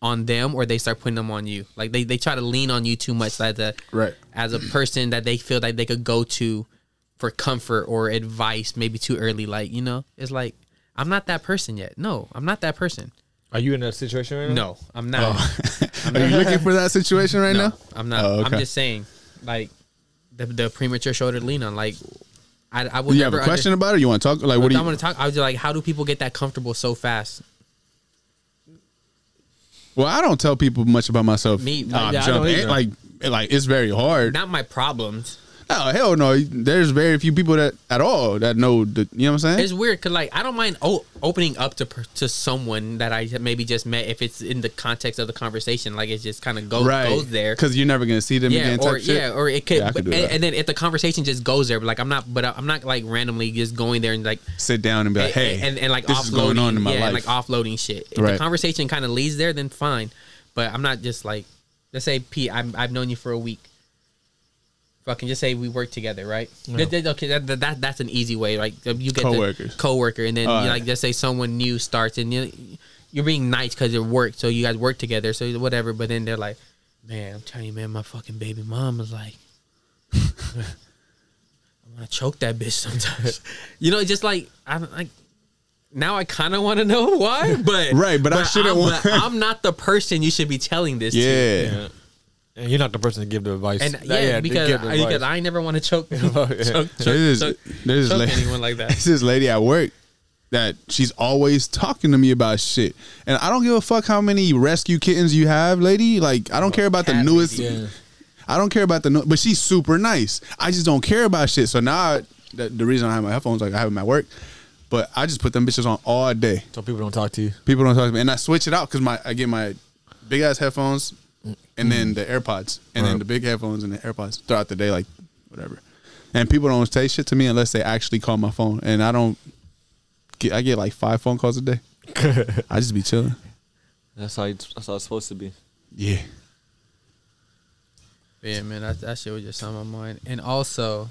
S1: on them, or they start putting them on you. Like they, they try to lean on you too much, like the
S2: Right.
S1: as a person that they feel like they could go to for comfort or advice maybe too early like you know it's like i'm not that person yet no i'm not that person
S3: Are you in that situation right now?
S1: no i'm not
S2: Are you looking for that situation right now?
S1: i'm not
S2: Oh, okay.
S1: i'm just saying like the, the premature shoulder to lean on like i, I would
S2: You have
S1: never
S2: a question about it? You want to talk? Like, what
S1: under,
S2: do
S1: i
S2: you?
S1: want to talk i was just like how do people get that comfortable so fast
S2: Well, I don't tell people much about myself.
S1: Me-
S2: Nah, I'm
S1: yeah, I don't
S2: jumping.
S1: either.
S2: It- like, it- like it's very hard.
S1: not my problems
S2: Oh hell no! There's very few people that at all that know. The, you know what I'm saying?
S1: it's weird because like i don't mind o- opening up to per- to someone that i maybe just met if it's in the context of the conversation like it just kind of goes goes there
S2: Because you're never gonna see them
S1: yeah,
S2: again.
S1: or
S2: type shit.
S1: yeah, or it could,
S2: Yeah, I could do
S1: and,
S2: that.
S1: and then if the conversation just goes there, but like I'm not, but I'm not like randomly just going there and like,
S2: Sit down and be like, hey,
S1: and, and, and, like
S2: this
S1: offloading,
S2: is going on in my
S1: yeah, and,
S2: life.
S1: like offloading shit. If the
S2: Right.
S1: conversation kind of leads there, then fine. But I'm not just like, let's say Pete, I'm, I've known you for a week. Fucking just say we work together, right? That- that- okay, that, that, that- that's an easy way. Like you get
S2: Coworkers.
S1: the coworker, and then
S2: All
S1: you,
S2: right.
S1: like just say someone new starts, and you, you're being nice because it worked, so you guys work together, so whatever. But then they're like, man, I'm telling you, man, my fucking baby mom is like. I want to choke that bitch sometimes. [laughs] you know, just like I don't like. Now I kind of want to know [laughs]
S2: [laughs]
S1: why, but
S2: Right, but I shouldn't
S1: I'm-
S2: want-
S1: but [laughs] I'm not the person you should be telling this to.
S2: yeah.
S3: Yeah. And you're not the person to give the advice.
S1: And
S3: Nah,
S1: yeah,
S3: to
S1: because,
S3: give the
S1: I, because
S3: [laughs] advice.
S1: I never want to
S2: [laughs]
S1: choke, [laughs] choke, choke,
S2: There's
S1: choke,
S2: this, there's this
S1: choke
S2: lady,
S1: anyone like that.
S2: there's [laughs] this lady at work that she's always talking to me about shit, and I don't give a fuck how many rescue kittens you have, lady. Like I don't care about the
S1: cat
S2: newest.
S3: lady. Yeah.
S2: I don't care about the new, but she's super nice. I just don't care about shit. So now I, the, the reason I have my headphones, like I have them at work, but I just put them bitches on all day.
S3: so people don't talk to you.
S2: People don't talk to me, and I switch it out because my I get my big ass headphones, and then the AirPods, and then
S3: Right.
S2: the big headphones and the AirPods throughout the day, like whatever. And people don't say shit to me unless they actually call my phone, and I don't. Get, I get like five phone calls a day. I just be chilling.
S3: That's how it's, that's how it's supposed to be.
S2: Yeah.
S1: Yeah, man, that, that shit was just on my mind. And also,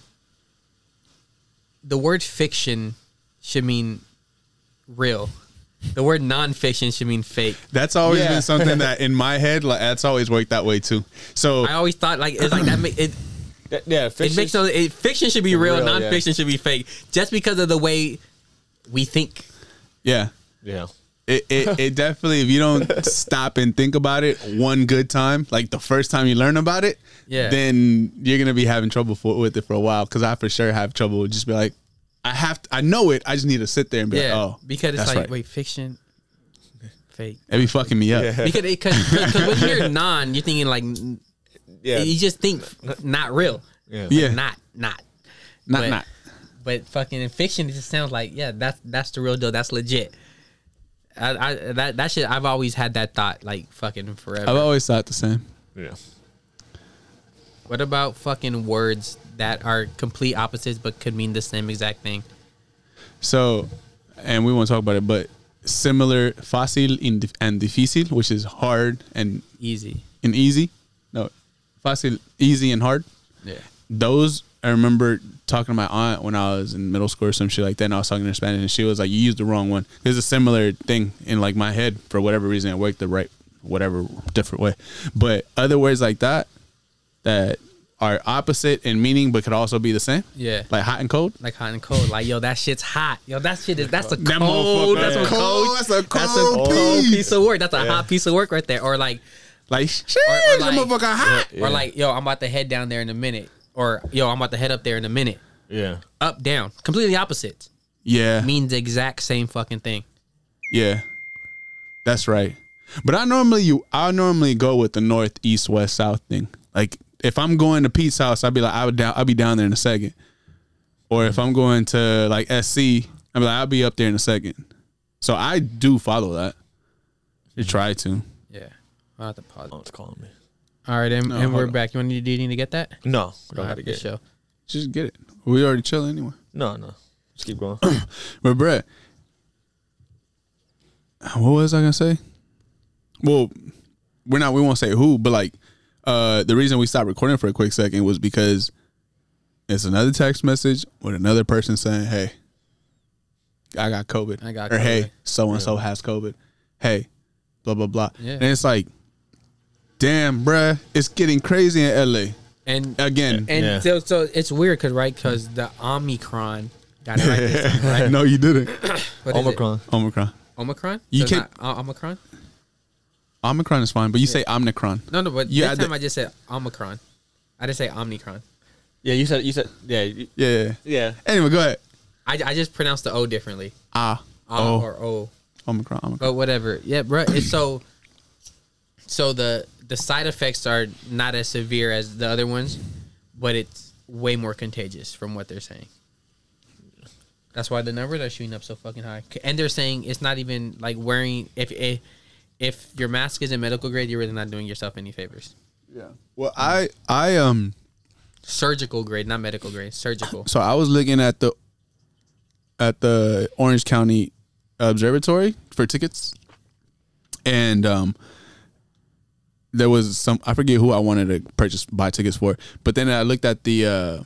S1: the word fiction should mean real. The word nonfiction should mean fake.
S2: That's always
S3: Yeah.
S2: been something that in my head, like that's always worked that way too. So
S1: I always thought like it's like that. Make, it
S3: That- yeah,
S1: it makes no. It, fiction should be real.
S3: Real, yeah.
S1: nonfiction should be fake. Just because of the way we think.
S2: yeah,
S3: Yeah,
S2: it, it, it definitely if you don't stop and think about it one good time, like the first time you learn about it,
S1: Yeah.
S2: then you're gonna be having trouble for, with it for a while. Because I for sure have trouble. With just be like, I have, to, I know it. I just need to sit there and be
S1: Yeah,
S2: like, oh,
S1: because it's
S2: that's
S1: like
S2: right.
S1: wait, fiction, fake.
S2: it be fucking me up.
S1: [laughs] Because because when you hear non, you're thinking like n-
S3: yeah,
S1: you just think not real.
S3: yeah.
S2: Yeah, not
S1: Not not.
S2: not
S1: but-
S2: not.
S1: But fucking in fiction, it just sounds like yeah, that's that's the real deal. That's legit. I, I that that shit. I've always had that thought like fucking forever.
S2: I've always thought the same.
S3: yeah.
S1: what about fucking words that are complete opposites but could mean the same exact thing?
S2: So, and we won't talk about it, but similar fácil and dif- and difícil, which is hard and
S1: Easy.
S2: and easy. No, fácil, easy and hard.
S1: Yeah.
S2: Those I remember talking to my aunt when I was in middle school or some shit like that. And I was talking to her in Spanish, and she was like, "You used the wrong one." There's a similar thing in like my head for whatever reason. It worked the right, whatever different way. But other words like that that are opposite in meaning but could also be the same.
S1: Yeah.
S2: like hot and cold.
S1: Like hot and cold. Like yo, that shit's hot. Yo, that shit is that's a
S2: That
S1: cold.
S2: motherfucker Oh,
S1: That's a
S2: is cold.
S1: cold.
S2: That's a cold piece.
S1: piece of work. That's a hot piece of work right there. Or like
S2: Like, shit,
S1: or
S2: that
S1: like-
S2: motherfucker hot.
S1: or like yo, I'm about to head down there in a minute. Or yo, I'm about to head up there in a minute.
S3: Yeah.
S1: Up down. Completely opposites.
S2: Yeah,
S1: means the exact same fucking thing.
S2: yeah, that's right. But I normally you, I normally go with the north, east, west, south thing. Like if I'm going to Pete's house, I'd be like, I would down, I'll be down there in a second. Or if I'm going to like SC, I'm like, I'll be up there in a second. So I do follow that. I try to.
S1: Yeah. I'll have to pause.
S3: Oh, it's calling me.
S1: All right, and, and
S2: hold
S1: we're
S2: on.
S1: back. You want to, do you need to get that?
S3: No, we
S1: All
S3: don't
S1: right,
S3: gotta
S1: good
S3: get.
S1: show.
S2: Just get it. We already chill anyway.
S3: No, no. Just keep [coughs] going.
S2: But bruh, what was I gonna say? Well, we're not. We won't say who, but like, uh, the reason we stopped recording for a quick second was because it's another text message with another person saying, "Hey, I got COVID,"
S1: I got
S2: or
S1: COVID.
S2: "Hey, so and so has COVID," "Hey, blah blah blah,"
S1: Yeah.
S2: and it's like, "Damn, bruh, it's getting crazy in LA
S1: And
S2: again."
S1: and [laughs]
S3: Yeah.
S1: so, so it's weird because right because the Omicron got
S2: [laughs]
S1: it right. this time, right?
S2: no, you didn't.
S1: What is it?
S3: Omicron.
S2: Omicron.
S1: Omicron.
S2: You
S1: it's
S2: can't-
S1: not, uh, Omicron.
S2: Omicron is fine, but you say Omnicron.
S1: No, no. But
S2: You
S1: this
S2: had
S1: time
S2: the-
S1: I just said Omicron. I didn't say Omnicron.
S3: Yeah, you said you said yeah you-
S2: Yeah, yeah. yeah.
S3: yeah.
S2: Anyway, go ahead.
S1: I, I just pronounced the O differently.
S2: Ah.
S1: O
S2: oh.
S1: or O.
S2: Omicron. Omicron.
S1: but whatever. Yeah, bro. It's so so the the side effects are not as severe as the other ones, but it's way more contagious from what they're saying. That's why the numbers are shooting up so fucking high. C- And they're saying it's not even like wearing if if, if your mask isn't medical grade, you're really not doing yourself any favors.
S2: Yeah. Well, I I um
S1: Surgical grade, not medical grade. Surgical.
S2: so I was looking at the at the Orange County Observatory for tickets, and um there was some I forget who I wanted to purchase buy tickets for, but then I looked at the uh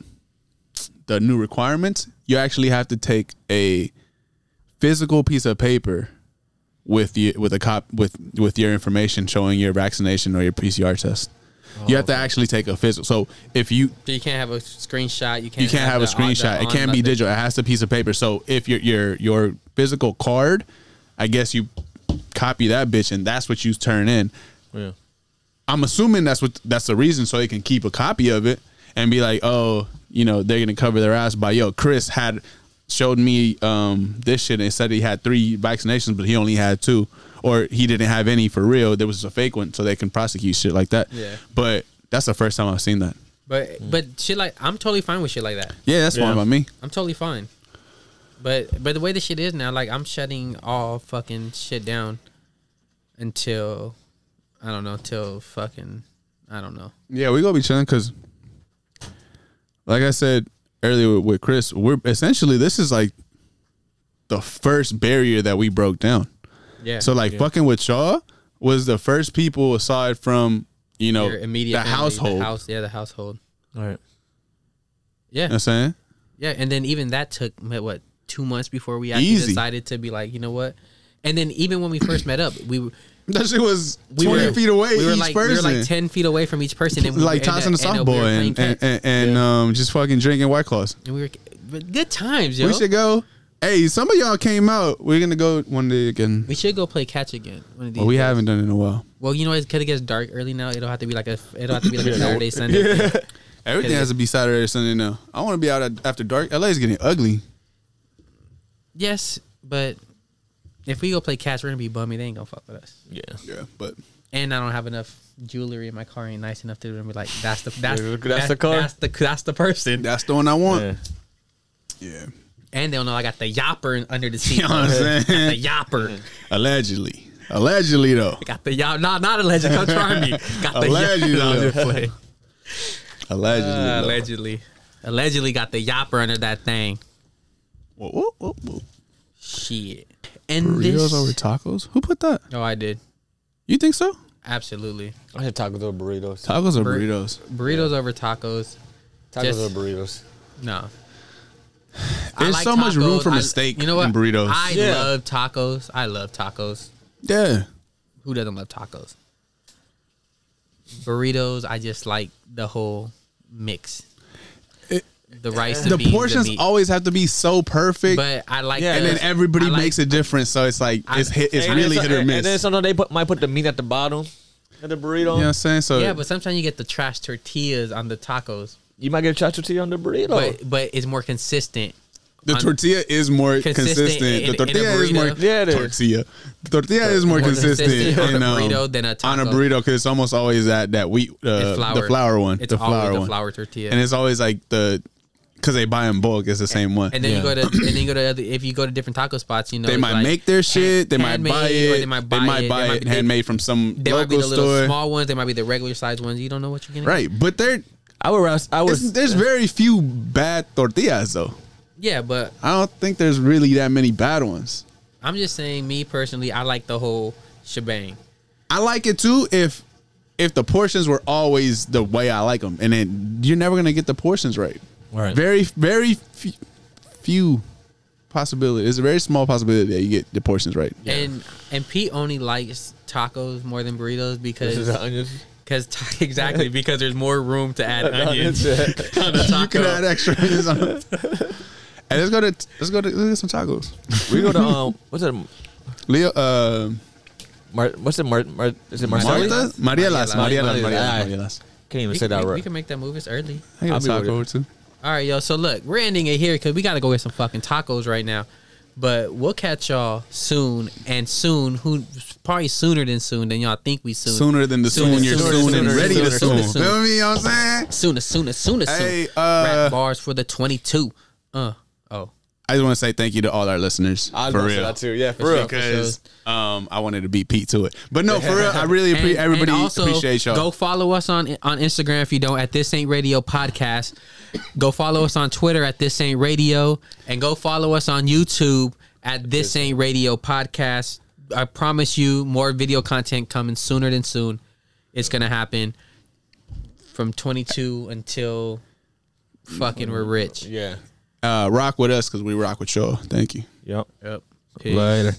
S2: the new requirements. You actually have to take a physical piece of paper with you with a cop with with your information showing your vaccination or your PCR test. you have to actually take a physical. So if you
S1: So you can't have a screenshot. You can't.
S2: you can't have a
S1: the- the
S2: screenshot. It
S1: on
S2: can't be
S1: nothing.
S2: digital. It has to be a piece of paper. So if your your your physical card, I guess you copy that bitch and that's what you turn in.
S3: Yeah.
S2: I'm assuming that's what that's the reason so they can keep a copy of it and be like, oh, you know, they're gonna cover their ass by yo. Chris had showed me um this shit and said he had three vaccinations, but he only had two, or he didn't have any for real. There was just a fake one, so they can prosecute shit like that.
S1: Yeah.
S2: But that's the first time I've seen that. Mm.
S1: But but shit like I'm totally fine with shit like that.
S2: Yeah, that's
S3: Yeah.
S2: fine by me.
S1: I'm totally fine. But but the way the shit is now, like I'm shutting all fucking shit down until I don't know till fucking I don't know.
S2: Yeah, we gonna be chilling because, like I said earlier with, with Chris, we're essentially this is like the first barrier that we broke down.
S1: Yeah.
S2: So like fucking with Shaw was the first people aside from you know
S1: your immediate
S2: the
S1: family,
S2: household.
S1: the house, yeah, the household.
S3: All right.
S2: You know what I'm saying
S1: Yeah, and then even that took what what, two months before we actually
S2: Easy.
S1: decided to be like, you know what? And then even when we first met up, we were
S2: that shit was
S1: we
S2: twenty
S1: were,
S2: feet away
S1: We were
S2: each
S1: like
S2: person.
S1: we were like ten feet away from each person, and we
S2: like
S1: were-
S2: tossing
S1: and,
S2: the
S1: uh,
S2: softball
S1: and, uh, we were playing
S2: and, and,
S1: catch.
S2: and, and, um just fucking drinking white claws.
S1: And we were but good times, yo.
S2: We should go. Hey, some of y'all came out. We're gonna go one day again.
S1: We should go play catch again. One of these
S2: Well, we
S1: days.
S2: haven't done it in a while.
S1: Well, you know, because it gets dark early now, it'll have to be like a it'll have to be
S2: [laughs]
S1: like a Saturday Sunday. thing.
S2: Everything
S1: Yeah.
S2: has to be Saturday or Sunday now. I want to be out at, after dark. LA's getting ugly.
S1: Yes, but if we go play catch, we're gonna be bummy. They ain't gonna fuck with us.
S3: Yeah.
S2: Yeah, but
S1: And I don't have enough jewelry in my car. Ain't nice enough to be like that's the that's
S3: That's the car?
S1: That's the that's the person.
S2: that's the one I want.
S3: Yeah.
S2: Yeah,
S1: And they'll know I got the yopper in-
S2: [laughs]
S1: under the seat.
S2: You
S1: [laughs]
S2: know what I'm saying?
S1: the yopper.
S2: allegedly, allegedly though,
S1: Got the yop. Not not alleged. Come try me. Got the
S2: Allegedly.
S1: yopper. I'm just playing.
S2: [laughs] allegedly.
S1: Uh,
S2: though.
S1: allegedly, allegedly got the yopper under that thing.
S2: Whoa, whoa, whoa, whoa.
S1: Shit. And
S2: Burritos
S1: this.
S2: over tacos? Who put that?
S1: oh, I did.
S2: You think so?
S1: Absolutely.
S3: I had tacos or burritos.
S2: Tacos or
S1: Bur-
S2: burritos?
S1: Burritos over tacos.
S3: Tacos
S1: Just-
S3: or burritos.
S1: No. I
S2: There's
S1: like
S2: so much room
S1: tacos.
S2: for
S1: I-
S2: mistake
S1: you know what?
S2: in burritos.
S1: I
S3: Yeah.
S1: love tacos. I love tacos.
S2: yeah.
S1: Who doesn't love tacos? Burritos, I just like the whole mix.
S2: It-
S1: the rice, the,
S2: The
S1: beans,
S2: portions
S1: the meat.
S2: always have to be so perfect.
S1: but I like.
S3: Yeah,
S1: the-
S2: and then everybody
S1: I like-
S2: makes a difference, so it's like
S1: I-
S2: it's hit, it's
S3: And
S2: really hit
S3: then some-
S2: or
S3: and- And then
S2: miss.
S3: sometimes they put, might put the meat at the bottom of the burrito.
S2: You know what I'm saying? So
S1: Yeah, but sometimes you get the trash tortillas on the tacos,
S3: You might get a chacho tea on the burrito.
S2: Oh.
S1: but but it's more consistent.
S2: The
S1: on-
S2: tortilla is more
S1: Consistent
S2: consistent.
S1: in- in a
S2: the tortilla is more
S1: burrito.
S3: Yeah, it is.
S2: tortilla. The tortilla is more,
S1: more
S2: consistent,
S1: consistent on a
S2: in, um,
S1: burrito than a
S2: on
S1: taco.
S2: a burrito because it's almost always that that wheat uh,
S1: It's flour.
S2: the flour one,
S1: It's
S2: the
S1: always
S2: flour
S1: the
S2: one,
S1: flour tortilla.
S2: and it's always like the because they buy in bulk, it's the same one.
S1: And then you go to and then you go to other, if you go to different taco spots, you know
S2: they
S1: it's
S2: might
S1: like-
S2: make their shit. They might
S1: handmade,
S2: buy
S1: or
S2: it.
S1: they might buy it, they might- they-
S2: handmade from some
S1: They might be
S2: local
S1: the little
S2: store.
S1: small ones. They might be the regular size ones. You don't know what you're getting.
S2: Right, but there,
S3: I would. rouse- I would.
S2: it's- there's very few bad tortillas though.
S1: Yeah, but
S2: I don't think there's really that many bad ones.
S1: I'm just saying, me personally, I like the whole shebang.
S2: I like it too if if the portions were always the way I like them, and then you're never gonna get the portions right.
S3: Right.
S2: Very very few, few possibility. It's a very small possibility that you get the portions right.
S1: And and Pete only likes tacos more than burritos
S3: This is the
S1: because
S3: onions.
S1: because t- [laughs] exactly because there's more room to
S2: [laughs]
S1: add onions [laughs] on
S3: Onions,
S1: a
S2: You could add
S1: taco.
S2: extra. onions on [laughs] it. Hey, let's go to let's go to let's get some tacos.
S3: [laughs] we go to um. What's it?
S2: Leo, uh,
S3: Mar- what's it? Mar- Mar- is it Marcelli?
S2: Martha,
S1: Marielas.
S2: Marielas, Marielas,
S3: Marielas.
S2: Marielas,
S3: Aye.
S2: Marielas.
S3: Can't even
S1: We
S3: say
S1: can,
S3: that
S1: make, we
S3: right.
S1: can make that move. It's early.
S2: I got a
S3: I'll be
S2: taco or two.
S1: All right, yo. So look, we're ending it here because we got to go get some fucking tacos right now. But we'll catch y'all soon, and soon, who probably sooner than soon than y'all think we soon.
S2: Sooner than the
S1: Sooner,
S2: soon, you're
S1: sooner,
S2: soon and
S1: sooner,
S2: ready
S1: sooner,
S2: to soon.
S1: sooner, sooner.
S2: Feel me? You know what I'm saying?
S1: Soon as soon as soon as
S2: Hey,
S1: soon.
S2: uh,
S1: Rap bars for the twenty two. Uh oh.
S2: I just want to say thank you to all our listeners
S3: I'd
S2: for
S3: say
S2: real.
S3: that too. Yeah, for
S1: For
S3: real.
S1: sure.
S2: because um, I wanted to beat Pete to it. But no, for real, I
S1: [laughs]
S2: really
S1: And-
S2: appreciate everybody.
S1: and also,
S2: appreciate y'all.
S1: Go follow us on on Instagram if you don't at this ain't radio podcast. Go follow us on Twitter at this ain't radio, and go follow us on YouTube at this ain't radio podcast. I promise you, more video content coming sooner than soon. It's gonna happen from twenty two until fucking we're rich.
S3: Yeah.
S2: uh, rock with us because we rock with y'all. Thank you.
S3: Yep.
S1: Yep. Peace.
S3: Later.